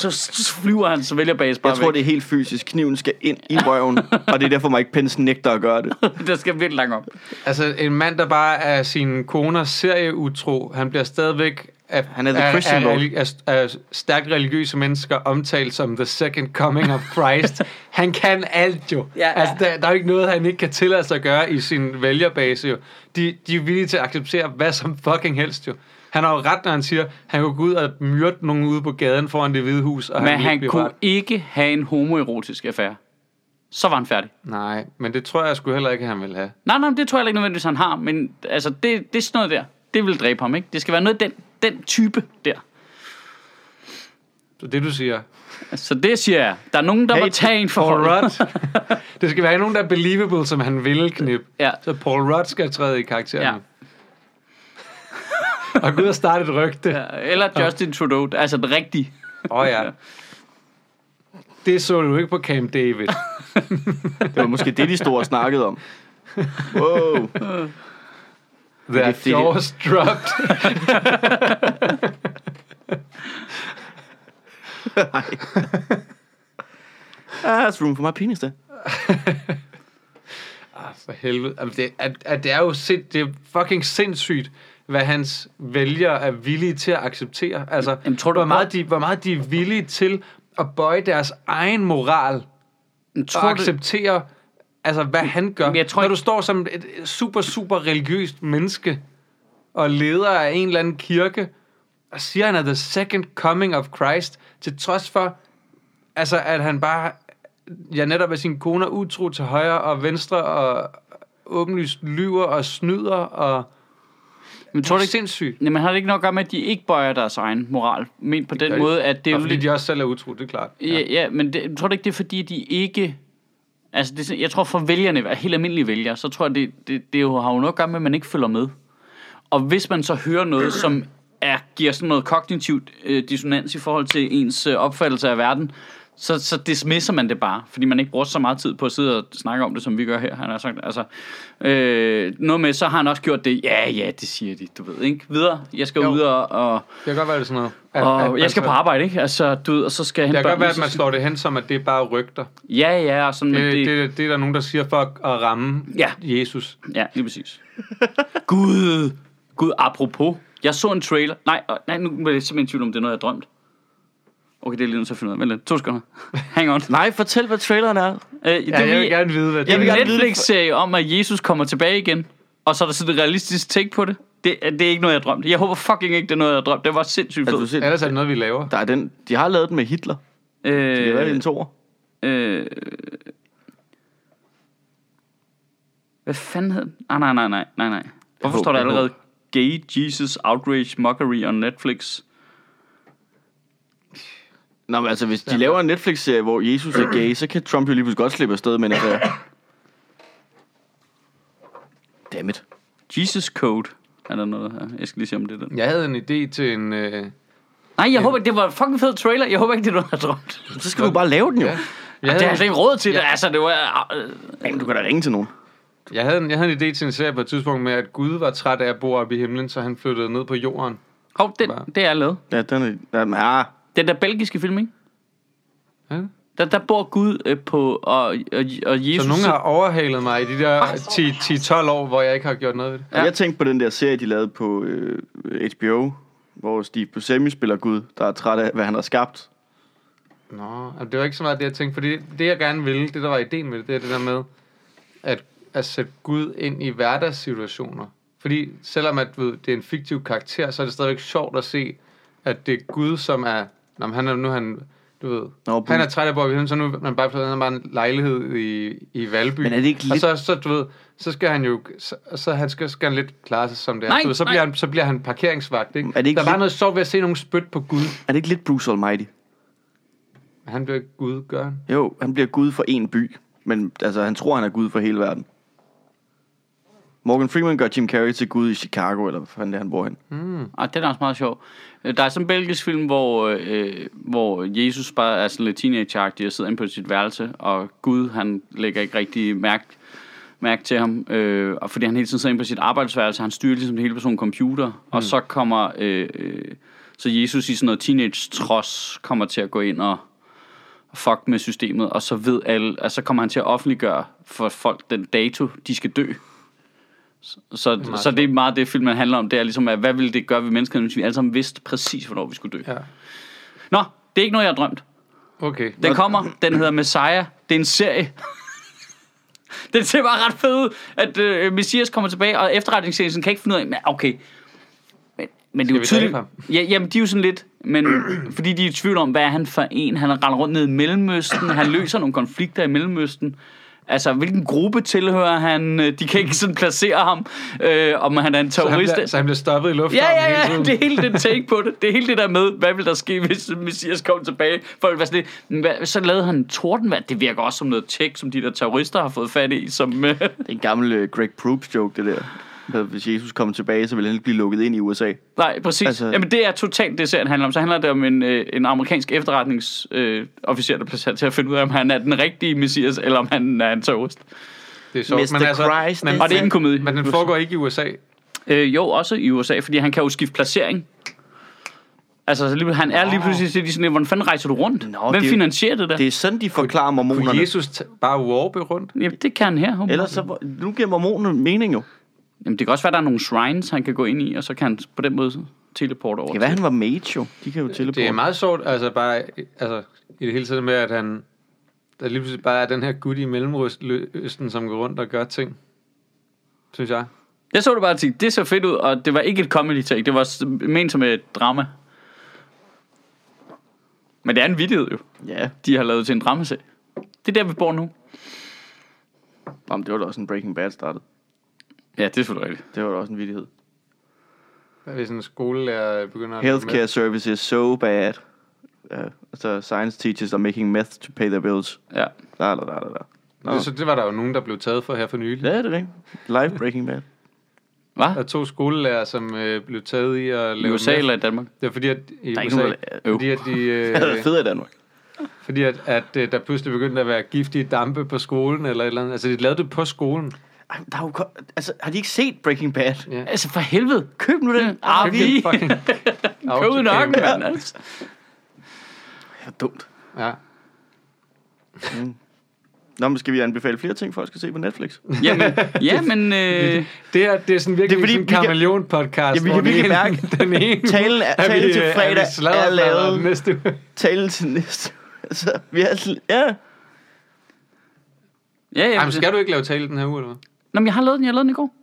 Speaker 1: så flyver han, så vælger base bare
Speaker 3: Jeg tror, det er helt fysisk. Kniven skal ind i røven, og det er derfor, Mike Pence nægter at gøre det.
Speaker 1: det... Der skal virkelig langt op.
Speaker 2: altså, en mand, der bare er sin koner serieutro, han bliver stadigvæk af,
Speaker 3: Han er the
Speaker 2: af,
Speaker 3: Christian
Speaker 2: af,
Speaker 3: Lord.
Speaker 2: af, af, af stærkt religiøse mennesker omtalt som the second coming of Christ. han kan alt jo.
Speaker 1: Ja, ja.
Speaker 2: Altså, der, der er jo ikke noget, han ikke kan tillade sig at gøre i sin vælgerbase jo. De, de er villige til at acceptere hvad som fucking helst jo. Han har jo ret, når han siger, han kunne gå ud og myrde nogen ude på gaden foran det hvide hus, og
Speaker 1: Men
Speaker 2: han,
Speaker 1: han
Speaker 2: han
Speaker 1: kunne ikke have en homoerotisk affære. Så var han færdig.
Speaker 2: Nej, men det tror jeg sgu heller ikke, han vil have.
Speaker 1: Nej, nej, det tror jeg heller ikke nødvendigvis, han har. Men altså, det, det er sådan noget der. Det vil dræbe ham, ikke? Det skal være noget af den, den type der.
Speaker 2: Så det du siger.
Speaker 1: Så det siger jeg. Der er nogen, der hey, må
Speaker 3: Hey,
Speaker 1: tage en for
Speaker 2: Paul
Speaker 1: holdet.
Speaker 2: Rudd. det skal være nogen, der er believable, som han vil knip.
Speaker 1: Ja.
Speaker 2: Så Paul Rudd skal træde i karakteren.
Speaker 1: Ja.
Speaker 2: Ja. og gå ud og starte et rygte. Åh ja.
Speaker 1: Ja, Eller Justin Trudeau. Altså den rigtige.
Speaker 2: Oh, ja. Det så du ikke på Camp David.
Speaker 3: Det var måske det, de stod og snakkede om. Wow.
Speaker 2: That
Speaker 3: det-
Speaker 2: jaws dropped.
Speaker 3: Ah, That's room for my penis, der.
Speaker 2: Ah, for helvede. Jamen, det, at, at det er jo sind, det er fucking sindssygt, hvad hans vælgere er villige til at acceptere. Altså,
Speaker 1: Jamen, tror du-
Speaker 2: hvor, meget de, hvor meget de er villige til at bøje deres egen
Speaker 1: Men
Speaker 2: moral og
Speaker 1: Tror du,
Speaker 2: acceptere, altså hvad han gør.
Speaker 1: Men jeg tror
Speaker 2: Når
Speaker 1: ikke-
Speaker 2: du står som et super, super religiøst menneske og leder af en eller anden kirke, og siger, han er the second coming of Christ, til trods for, altså at han bare, ja netop er sin kone er utro til højre og venstre, og åbenlyst lyver og snyder, og
Speaker 1: men
Speaker 2: tror
Speaker 1: tror
Speaker 2: det
Speaker 1: du
Speaker 2: er
Speaker 1: ikke,
Speaker 2: sindssygt.
Speaker 1: Jamen, har det ikke noget at gøre med, at de ikke bøjer deres egen moral? Men på den
Speaker 2: gør de.
Speaker 1: måde, at det er
Speaker 2: Det
Speaker 1: jo
Speaker 2: er fordi,
Speaker 1: lidt...
Speaker 2: de også selv er utro, det er klart.
Speaker 1: Ja, ja men det, tror du ikke, det er fordi, de ikke... Altså, det, er sådan- jeg tror for vælgerne, helt almindelige vælgere, så tror jeg, det, det, det jo, har jo noget at gøre med, at man ikke følger med. Og hvis man så hører noget, som er, giver sådan noget kognitivt øh, dissonans i forhold til ens øh, opfattelse af verden, så, så dismisser man det bare, fordi man ikke bruger så meget tid på at sidde og snakke om det, som vi gør her. Han har sagt, altså, øh, noget med, så har han også gjort det. Ja, ja, det siger de, du ved, ikke? Videre, jeg skal jo.
Speaker 2: Jo.
Speaker 1: ud og, og,
Speaker 2: Det kan godt være, det er sådan noget. At- at
Speaker 1: og
Speaker 2: man
Speaker 1: jeg skal
Speaker 2: så-
Speaker 1: på arbejde, ikke? Altså, du ved, og så skal jeg hente
Speaker 2: Det kan godt
Speaker 1: børnene,
Speaker 2: være, at
Speaker 1: så
Speaker 2: man
Speaker 1: skal-
Speaker 2: slår det hen som, at det er bare rygter.
Speaker 1: Ja, ja, og sådan, men
Speaker 2: Det,
Speaker 1: det,
Speaker 2: det, det er der nogen, der siger for at ramme
Speaker 1: Ja.
Speaker 2: Jesus.
Speaker 1: Ja, lige præcis. Gud, Gud, apropos. Jeg så en trailer. Nej, øh, nej nu er jeg simpelthen i tvivl om, det er noget, jeg har drømt. Okay, det er lige nu, så finder ud af. Vent lidt, to sekunder. Hang on.
Speaker 3: Nej, fortæl, hvad traileren er.
Speaker 1: Øh, det
Speaker 2: Ja, jeg
Speaker 1: er
Speaker 2: vil gerne vide, hvad det
Speaker 3: jeg vil
Speaker 1: en
Speaker 3: gerne vide det.
Speaker 1: Netflix-serie om, at Jesus kommer tilbage igen. Og så er der sådan et realistisk take på det. Det, er- det er ikke noget, jeg har drømt. Jeg håber fucking ikke, det er noget, jeg har drømt. Det var sindssygt
Speaker 3: Altså, du har
Speaker 1: fedt.
Speaker 3: set,
Speaker 2: er. Ellers er det noget, vi laver.
Speaker 3: der er den, de har lavet den med Hitler. Det er
Speaker 1: Øh,
Speaker 3: en toer.
Speaker 1: øh, hvad fanden hed den? Ah, nej, nej, nej, nej, nej. Hvorfor
Speaker 3: håber-
Speaker 1: står der
Speaker 3: jeg
Speaker 1: allerede Gay Jesus Outrage Mockery on Netflix?
Speaker 3: Nå, men altså, hvis de laver en Netflix-serie, hvor Jesus er gay, så kan Trump jo lige pludselig godt slippe afsted med en affære. Dammit.
Speaker 1: Jesus Code. Er der noget her? Jeg skal lige se, om det er den.
Speaker 2: Jeg havde en idé til en... Øh,
Speaker 1: Nej, jeg håber, det var en fucking fed trailer. Jeg håber ikke, det er noget, jeg har drømt.
Speaker 3: Så skal du bare lave den jo.
Speaker 2: jeg,
Speaker 1: Det
Speaker 2: havde,
Speaker 1: er altså ikke råd til det. Altså, det var... øh,
Speaker 3: Jamen, du kan da ringe til nogen.
Speaker 2: jeg, havde en, jeg havde en idé til en serie på et tidspunkt med, at Gud var træt af at bo oppe i himlen, så han flyttede ned på jorden.
Speaker 1: Hov, det, det er lavet.
Speaker 3: Ja, den er... Jamen, ah,
Speaker 1: Den der belgiske film, ikke?
Speaker 2: Ja.
Speaker 1: Der, der bor Gud øh, på, og, og, og Jesus...
Speaker 2: Så nogen har overhalet mig i de der 10-12 år, hvor jeg ikke har gjort noget ved det.
Speaker 1: Ja.
Speaker 3: Ja. Jeg tænkte på den der serie, de lavede på øh, HBO, hvor Steve Buscemi spiller Gud, der er træt af, hvad han har skabt.
Speaker 2: Nå, altså, det var ikke så meget det, jeg tænkte, fordi det, jeg gerne ville, det der var ideen med det, det er det der med, at, at sætte Gud ind i hverdagssituationer. Fordi selvom at, ved, det er en fiktiv karakter, så er det stadigvæk sjovt at se, at det er Gud, som er... Nå, men han er nu er han du ved.
Speaker 3: Nå, bu-
Speaker 2: han er træt af Bobby Helm, så nu er man bare flyttet, han har bare en lejlighed i, i Valby.
Speaker 3: Men er det ikke
Speaker 2: Og
Speaker 3: lidt-
Speaker 2: så, så, du ved, så skal han jo, så, så han skal, skal han lidt klare sig som det er.
Speaker 1: Nej,
Speaker 2: du ved, så,
Speaker 1: nej.
Speaker 2: bliver han, så bliver han parkeringsvagt, ikke?
Speaker 3: Er det ikke
Speaker 2: Der var
Speaker 3: lidt-
Speaker 2: noget sjovt ved at se nogen spyt på Gud.
Speaker 3: Er det ikke lidt Bruce Almighty?
Speaker 2: Han bliver ikke Gud, gør han?
Speaker 3: Jo, han bliver gud for en by, men altså, han tror, han er gud for hele verden. Morgan Freeman gør Jim Carrey til gud i Chicago, eller hvad fanden det er, han bor hen.
Speaker 1: Ah, den er også meget sjov. Øh, Der er sådan en belgisk film, hvor, øh, hvor Jesus bare er sådan lidt teenageagtig og sidder inde på sit værelse, og Gud, han lægger ikke rigtig mærke, mærke til ham, øh, og fordi han hele tiden sidder inde på sit arbejdsværelse, han styrer ligesom det hele på sådan en computer, mm. og så kommer, øh, øh, så Jesus i sådan noget teenage-trods kommer til at gå ind og fuck med systemet, og så ved alle, og så kommer han til at offentliggøre for folk den dato, de skal dø. Så, det så det er meget det, filmen handler om. Det er ligesom, at hvad ville det gøre ved menneskerne, hvis vi alle sammen vidste præcis, hvornår vi skulle dø.
Speaker 2: Ja.
Speaker 1: Nå, det er ikke noget, jeg har drømt.
Speaker 2: Okay.
Speaker 1: Den kommer, den hedder Messiah. Det er en serie. den ser bare ret fed ud, at øh, Messias kommer tilbage, og efterretningstjenesten kan ikke finde ud af, men okay. Men, men det er jo
Speaker 2: Skal vi dræbe
Speaker 1: tydeligt. Ja, jamen, de er jo sådan lidt, men fordi de er i tvivl om, hvad er han for en? Han render rundt ned i Mellemøsten, han løser nogle konflikter i Mellemøsten. Altså, hvilken gruppe tilhører han? Øh, De kan ikke sådan placere ham, øh, om han er en
Speaker 2: så, han
Speaker 1: terrorist.
Speaker 2: bliver, så han bliver stoppet i luften.
Speaker 1: Ja, ja, ja, det er hele den take på det. Det er hele det der med, hvad vil der ske, hvis Messias kom tilbage? Folk var sådan lidt, "Men hvad, så lavede han en tordenvand. Det virker også som noget tjek, som de der terrorister har fået fat i. Som, øh,
Speaker 3: Det er en gammel øh, Greg Proops joke, det der. At Hvis Jesus kom tilbage, så ville han ikke blive lukket ind i USA.
Speaker 1: nej, præcis. Altså,
Speaker 3: Altså-
Speaker 1: Jamen, det er totalt det, serien handler om. Så handler det om en, øh, en amerikansk efterretningsofficer, øh, officer, der bliver sat til at finde ud af, om han er den rigtige Messias, eller om han er en terrorist.
Speaker 2: Det er sjovt.
Speaker 3: Mr. Christ
Speaker 2: men,
Speaker 3: is-
Speaker 1: Og det er ikke en komedie.
Speaker 2: men den foregår ikke i USA.
Speaker 1: Øh, jo, også i USA, fordi han kan jo skifte placering. Altså, så lige, han er lige pludselig så er de sådan, lidt, hvordan fanden rejser du rundt?
Speaker 3: Nå,
Speaker 1: Nå, Hvem
Speaker 3: det er jo-
Speaker 1: finansierer det der?
Speaker 3: Det er sådan, de forklarer
Speaker 2: Kunne
Speaker 3: mormonerne.
Speaker 2: Jesus t- bare warpe rundt?
Speaker 1: Jamen, det kan han her. åbenbart.
Speaker 3: Ellers så, nu giver mormonerne mening jo.
Speaker 1: Jamen, det kan også være, at der er nogle shrines, han kan gå ind i, og så kan han på den måde teleporte over.
Speaker 3: Det kan være, han var mage jo. De kan jo teleporte.
Speaker 2: Det er meget sjovt, altså bare altså, i det hele taget med, at han, der lige pludselig bare er den her gut i Mellemøsten, som går rundt og gør ting. Synes jeg.
Speaker 1: Jeg så det bare og tænkte, det så fedt ud, og det var ikke et comedy take, det var s- ment som et drama. Men det er en vidighed jo,
Speaker 3: Ja,
Speaker 1: de har lavet til en dramaserie. Det er der, vi bor nu.
Speaker 3: Jamen, det var da også en Breaking Bad startede.
Speaker 1: Ja, det er selvfølgelig rigtigt.
Speaker 3: Det var da også en vittighed.
Speaker 2: Hvad Hvis en skolelærer begynder at...
Speaker 3: Healthcare service is so bad. Ja, og så science teachers are making meth to pay their bills.
Speaker 1: Ja.
Speaker 3: Da, da, da, da, da.
Speaker 2: Det, så det var der jo nogen, der blev taget for her for nylig.
Speaker 3: Ja, det er det. Live Breaking Bad.
Speaker 2: Der
Speaker 1: Hvad?
Speaker 2: er to skolelærer, som øh, blev taget i at
Speaker 1: I
Speaker 2: lave
Speaker 1: USA
Speaker 2: meth.
Speaker 1: eller i Danmark?
Speaker 2: Altså, Det er fordi, at i
Speaker 3: Der er ikke
Speaker 2: USA,
Speaker 3: nogen, der- Øh.
Speaker 1: Øv.
Speaker 2: fordi, at de,
Speaker 3: Det er
Speaker 2: øh,
Speaker 3: fedt i Danmark.
Speaker 2: fordi at, at, øh, der pludselig begyndte at være giftige dampe på skolen eller et eller andet. Altså, de lavede det på skolen.
Speaker 3: Ej, men der er jo, ko- altså, har de ikke set Breaking Bad?
Speaker 2: Ja.
Speaker 1: Altså, for helvede.
Speaker 3: Køb nu den.
Speaker 1: Ah,
Speaker 2: Fuck it,
Speaker 1: vi
Speaker 2: fucking
Speaker 1: kød
Speaker 2: out
Speaker 1: nok,
Speaker 2: game.
Speaker 1: mand. Altså.
Speaker 3: Det er dumt.
Speaker 2: Ja.
Speaker 3: Nå, men skal vi anbefale flere ting, folk skal se på Netflix?
Speaker 1: Jamen, jamen øh,
Speaker 2: Det er, det er sådan
Speaker 3: Det
Speaker 2: virkelig
Speaker 3: er
Speaker 2: det
Speaker 3: fordi,
Speaker 2: er sådan en
Speaker 3: vi kan-
Speaker 2: kameleon-podcast.
Speaker 3: Ja, vi
Speaker 2: hvor
Speaker 3: kan virkelig
Speaker 2: den ene- Den ene,
Speaker 3: Talen er-
Speaker 2: vi-
Speaker 3: talen til
Speaker 2: øh, vi
Speaker 3: fredag
Speaker 2: sladderplader
Speaker 3: er lavet.
Speaker 2: den Næste uge.
Speaker 3: Tale til næste. altså, vi er sådan, ja.
Speaker 1: ja, ja.
Speaker 2: Jamen, skal du ikke lave tale den her uge, eller hvad?
Speaker 1: Nå, men jeg har lavet den, jeg lavede den i går.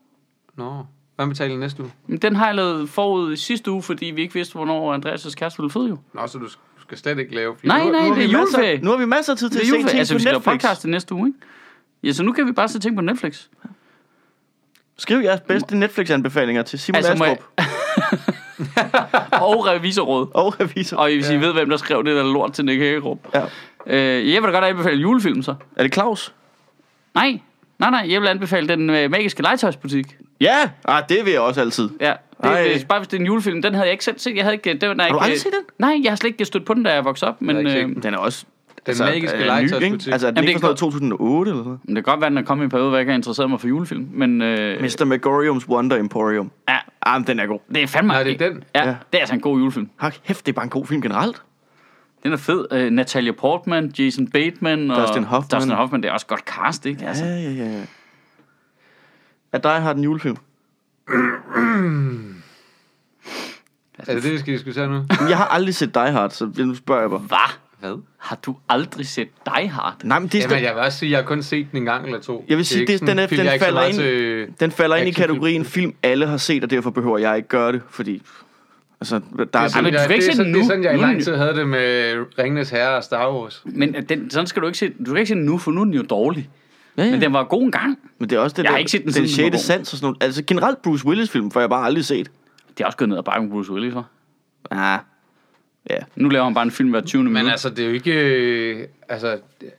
Speaker 2: Nå. Hvad med talen næste uge?
Speaker 1: Men Den har jeg lavet forud i sidste uge, fordi vi ikke vidste, hvornår Andreas' kæreste ville føde jo.
Speaker 2: Nå, så du sk- du skal slet ikke lave
Speaker 1: Nej, nej,
Speaker 3: Nu har
Speaker 1: det er
Speaker 3: vi masser-
Speaker 1: juleferie.
Speaker 3: Nu har vi masser af tid til
Speaker 1: Det er
Speaker 3: at se ting
Speaker 1: juleferie. Altså, vi
Speaker 3: på
Speaker 1: skal lave
Speaker 3: Netflix.
Speaker 1: podcast i næste uge, ikke? Ja, så nu kan vi bare se ting på Netflix.
Speaker 3: Skriv jeres bedste Netflix-anbefalinger til Simon
Speaker 1: Altså,
Speaker 3: altså,
Speaker 1: må jeg-
Speaker 3: Astrup
Speaker 1: Og revisorråd.
Speaker 3: og revisor.
Speaker 1: Og I vil sige, ved hvem der skrev det der lort til Nick Hagerup.
Speaker 3: Ja.
Speaker 1: Øh, jeg vil da godt anbefale julefilm, så.
Speaker 3: Er det Claus?
Speaker 1: Nej, nej, nej. Jeg vil anbefale den øh, magiske legetøjsbutik.
Speaker 3: Ja! Ah, det vil jeg også altid.
Speaker 1: Ja, det,
Speaker 3: Ej.
Speaker 1: det, er bare hvis det er en julefilm. Den havde jeg ikke selv set. Jeg havde ikke, øh, den var ikke,
Speaker 3: du aldrig set den?
Speaker 1: Nej, jeg har slet ikke stødt på den, da jeg voksede op. Men, øh,
Speaker 2: ikke set
Speaker 1: men
Speaker 2: den.
Speaker 1: det
Speaker 3: Den er også... Den
Speaker 1: altså,
Speaker 2: magiske
Speaker 1: øh,
Speaker 3: Altså,
Speaker 2: legetøjsbutik.
Speaker 3: er den
Speaker 1: Jamen,
Speaker 3: Jamen,
Speaker 1: det
Speaker 3: Altså, ikke
Speaker 1: er
Speaker 3: fra sådan noget 2008 eller sådan noget?
Speaker 1: kan godt være, at den er kommet i en periode, hvor jeg ikke har interesseret mig for julefilm. Men øh,
Speaker 3: Mr. Megorium's Wonder Emporium.
Speaker 1: ja,
Speaker 3: Ah, men den er god.
Speaker 1: det er fandme...
Speaker 2: Nå, det er den?
Speaker 1: Ja,
Speaker 3: Ja.
Speaker 1: det er altså en god julefilm.
Speaker 3: Hak, hæft, det er bare en god film generelt.
Speaker 1: Den er fed. Øh, Natalia Portman, Jason Bateman og...
Speaker 3: Dustin Hoffman.
Speaker 1: Dustin Hoffman, det er også godt cast, ikke? Ja. Altså,
Speaker 3: ja, ja, ja. Er dig har den julefilm?
Speaker 1: Altså,
Speaker 2: Er det det, vi skal diskutere nu?
Speaker 3: Jamen, Jeg har aldrig set Die Hard, så nu spørger jeg bare.
Speaker 1: hvad?
Speaker 2: Hvad?
Speaker 1: Har du aldrig set Die Hard?
Speaker 3: Nej, men det er
Speaker 2: Jamen,
Speaker 3: sådan,
Speaker 2: jeg vil også sige, at jeg har kun set den en gang eller to.
Speaker 3: Jeg vil sige,
Speaker 2: ikke
Speaker 3: det-
Speaker 2: sådan
Speaker 3: den er-
Speaker 2: en film,
Speaker 3: den
Speaker 2: jeg ikke så
Speaker 3: falder
Speaker 2: meget
Speaker 3: ind-
Speaker 2: til-
Speaker 3: den falder ind i
Speaker 2: actionfilm.
Speaker 3: kategorien film, alle har set, og derfor behøver jeg ikke gøre det, fordi... Altså, der er,
Speaker 1: men
Speaker 2: sådan,
Speaker 1: du
Speaker 2: jeg,
Speaker 1: skal ikke
Speaker 2: det, er
Speaker 1: se den
Speaker 2: sådan, det er
Speaker 1: nu.
Speaker 2: sådan, jeg i
Speaker 1: Nu er den Mhm.
Speaker 2: lang
Speaker 1: jo-
Speaker 2: tid havde det med Ringenes Herre og Star Wars.
Speaker 1: Men at den, sådan skal du ikke se Du skal ikke se den nu, for nu er den jo dårlig.
Speaker 3: Ja, ja.
Speaker 1: Men den var god en gang.
Speaker 3: men det er også det
Speaker 1: Jeg har
Speaker 3: der,
Speaker 1: ikke set den
Speaker 3: den
Speaker 1: siden, den var
Speaker 3: sjette
Speaker 1: god.
Speaker 3: sans og sådan noget. Altså generelt Bruce Willis-film får jeg bare aldrig set.
Speaker 1: Det er også gået ned ad bakken Bruce Willis, hva'?
Speaker 3: Ah, ja.
Speaker 1: Nu laver han bare en film hver 20.
Speaker 2: Men
Speaker 1: minut.
Speaker 2: altså, det er jo ikke... øh, Altså,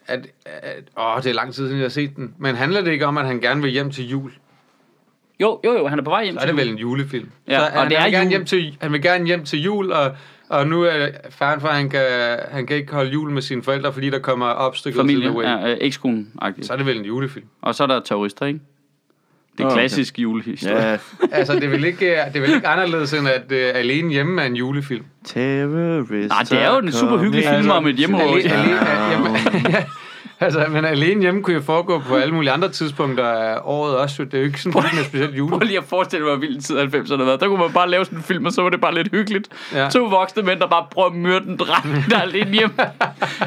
Speaker 2: at, at, åh, det er lang tid siden, jeg har set den. Men handler det ikke om, at han gerne vil hjem til jul?
Speaker 1: Jo, jo, jo, han er på vej hjem
Speaker 2: Så er det vel en julefilm.
Speaker 1: Ja,
Speaker 2: så
Speaker 1: og
Speaker 2: han,
Speaker 1: det er
Speaker 2: vil
Speaker 1: jul.
Speaker 2: gerne hjem til, han vil gerne hjem til jul, og, og nu er faren for, at han kan, han kan ikke holde jul med sine forældre, fordi der kommer opstykket
Speaker 1: familie.
Speaker 2: til The Way.
Speaker 1: Ja, øh, ekskonen
Speaker 2: Så er det vel en julefilm.
Speaker 1: Og så er der terrorister, ikke? Det
Speaker 3: Nå,
Speaker 1: er
Speaker 3: okay.
Speaker 1: klassisk julehistorie.
Speaker 3: Ja.
Speaker 2: altså, det er vel ikke, det er vel ikke anderledes, end at uh, Alene Hjemme er en julefilm.
Speaker 3: Terrorist.
Speaker 1: Nej, det er jo en super hyggelig
Speaker 3: coming.
Speaker 2: Altså,
Speaker 1: film om et hjemmerøveri.
Speaker 2: Alene, alene, jamen, altså, men Alene Hjemme kunne jo foregå på alle mulige andre tidspunkter af året også. jo. Det er jo ikke sådan, at den er specielt jule.
Speaker 1: Prøv lige at forestille mig, hvor vild tid 90'erne har været. Der kunne man bare lave sådan en film, og så var det bare lidt hyggeligt.
Speaker 2: Ja.
Speaker 1: Ja. To voksne mænd, der bare prøver at myrde en dreng, der er alene hjemme.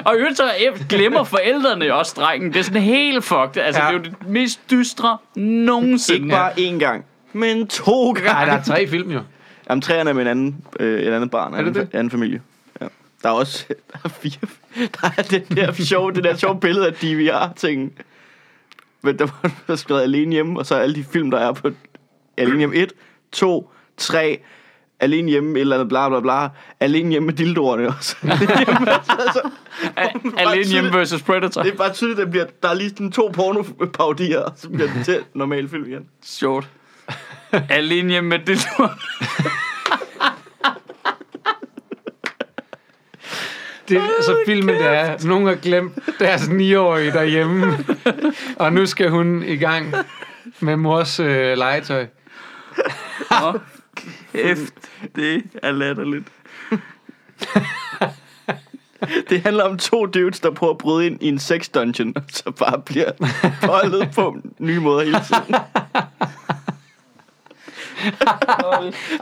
Speaker 1: og i øvrigt så F glemmer forældrene også drengen. Det er sådan helt fucked. Altså,
Speaker 2: Ja.
Speaker 1: ja. det er jo det mest dystre nogensinde.
Speaker 3: Altså, Ikke bare én gang, men to gange.
Speaker 2: Nej, der er tre film jo.
Speaker 3: Jamen, træerne er med en anden, øh, et andet barn, en
Speaker 2: det
Speaker 3: anden,
Speaker 2: det?
Speaker 3: anden familie. Ja. Der er også der er fire. Der er det der sjove, det der sjove billede af DVR-tingen. Men der var der var skrevet alene hjemme, og så alle de film, der er på alene hjemme 1, 2, 3, alene hjemme, et eller andet bla bla bla, alene hjemme med dildoerne også. altså,
Speaker 1: A- alene hjemme versus Predator.
Speaker 3: Det er bare tydeligt, at bliver, der er lige sådan to pornoparodier, og så bliver det til normal film igen.
Speaker 1: Sjovt. Alene hjemme med det lort.
Speaker 2: Det er så altså, filmen, der er. Nogen har glemt deres 9-årige derhjemme. Og nu skal hun i gang med mors øh, legetøj.
Speaker 1: Nå, Kæft, det er latterligt.
Speaker 3: Det handler om to dudes, der prøver at bryde ind i en sex dungeon, og så bare bliver boldet på nye måder hele tiden.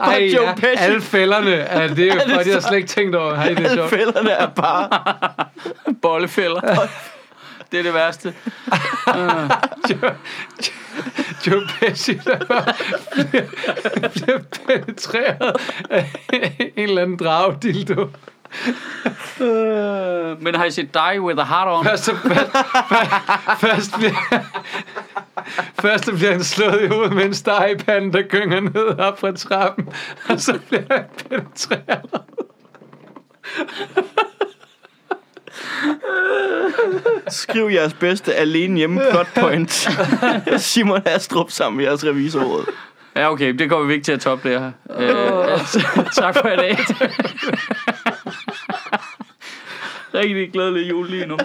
Speaker 2: Ej,
Speaker 3: Joe
Speaker 2: ja,
Speaker 3: Pesci.
Speaker 2: alle fælderne. Ja, det er jo, det, det har jeg slet ikke tænkt over. Ej, det er
Speaker 3: Alle
Speaker 2: sjovt.
Speaker 3: fælderne er bare...
Speaker 1: Bollefælder. Det er det værste.
Speaker 2: Joe Pesci, der var- bliver penetreret af en eller anden dragdildo.
Speaker 1: Øh, Men har I set Die With A Heart On?
Speaker 2: Først, så- først, først, bliver, først så bliver han slået i hovedet med en stegepande, der gynger ned op fra trappen. Og så bliver han penetreret.
Speaker 3: Skriv jeres bedste alene hjemme plot point. Simon Astrup sammen med jeres revisorråd.
Speaker 1: Ja, okay, det kommer vi ikke til at toppe det her. Øh, altså, tak for i dag. Rigtig glædelig jul lige nu.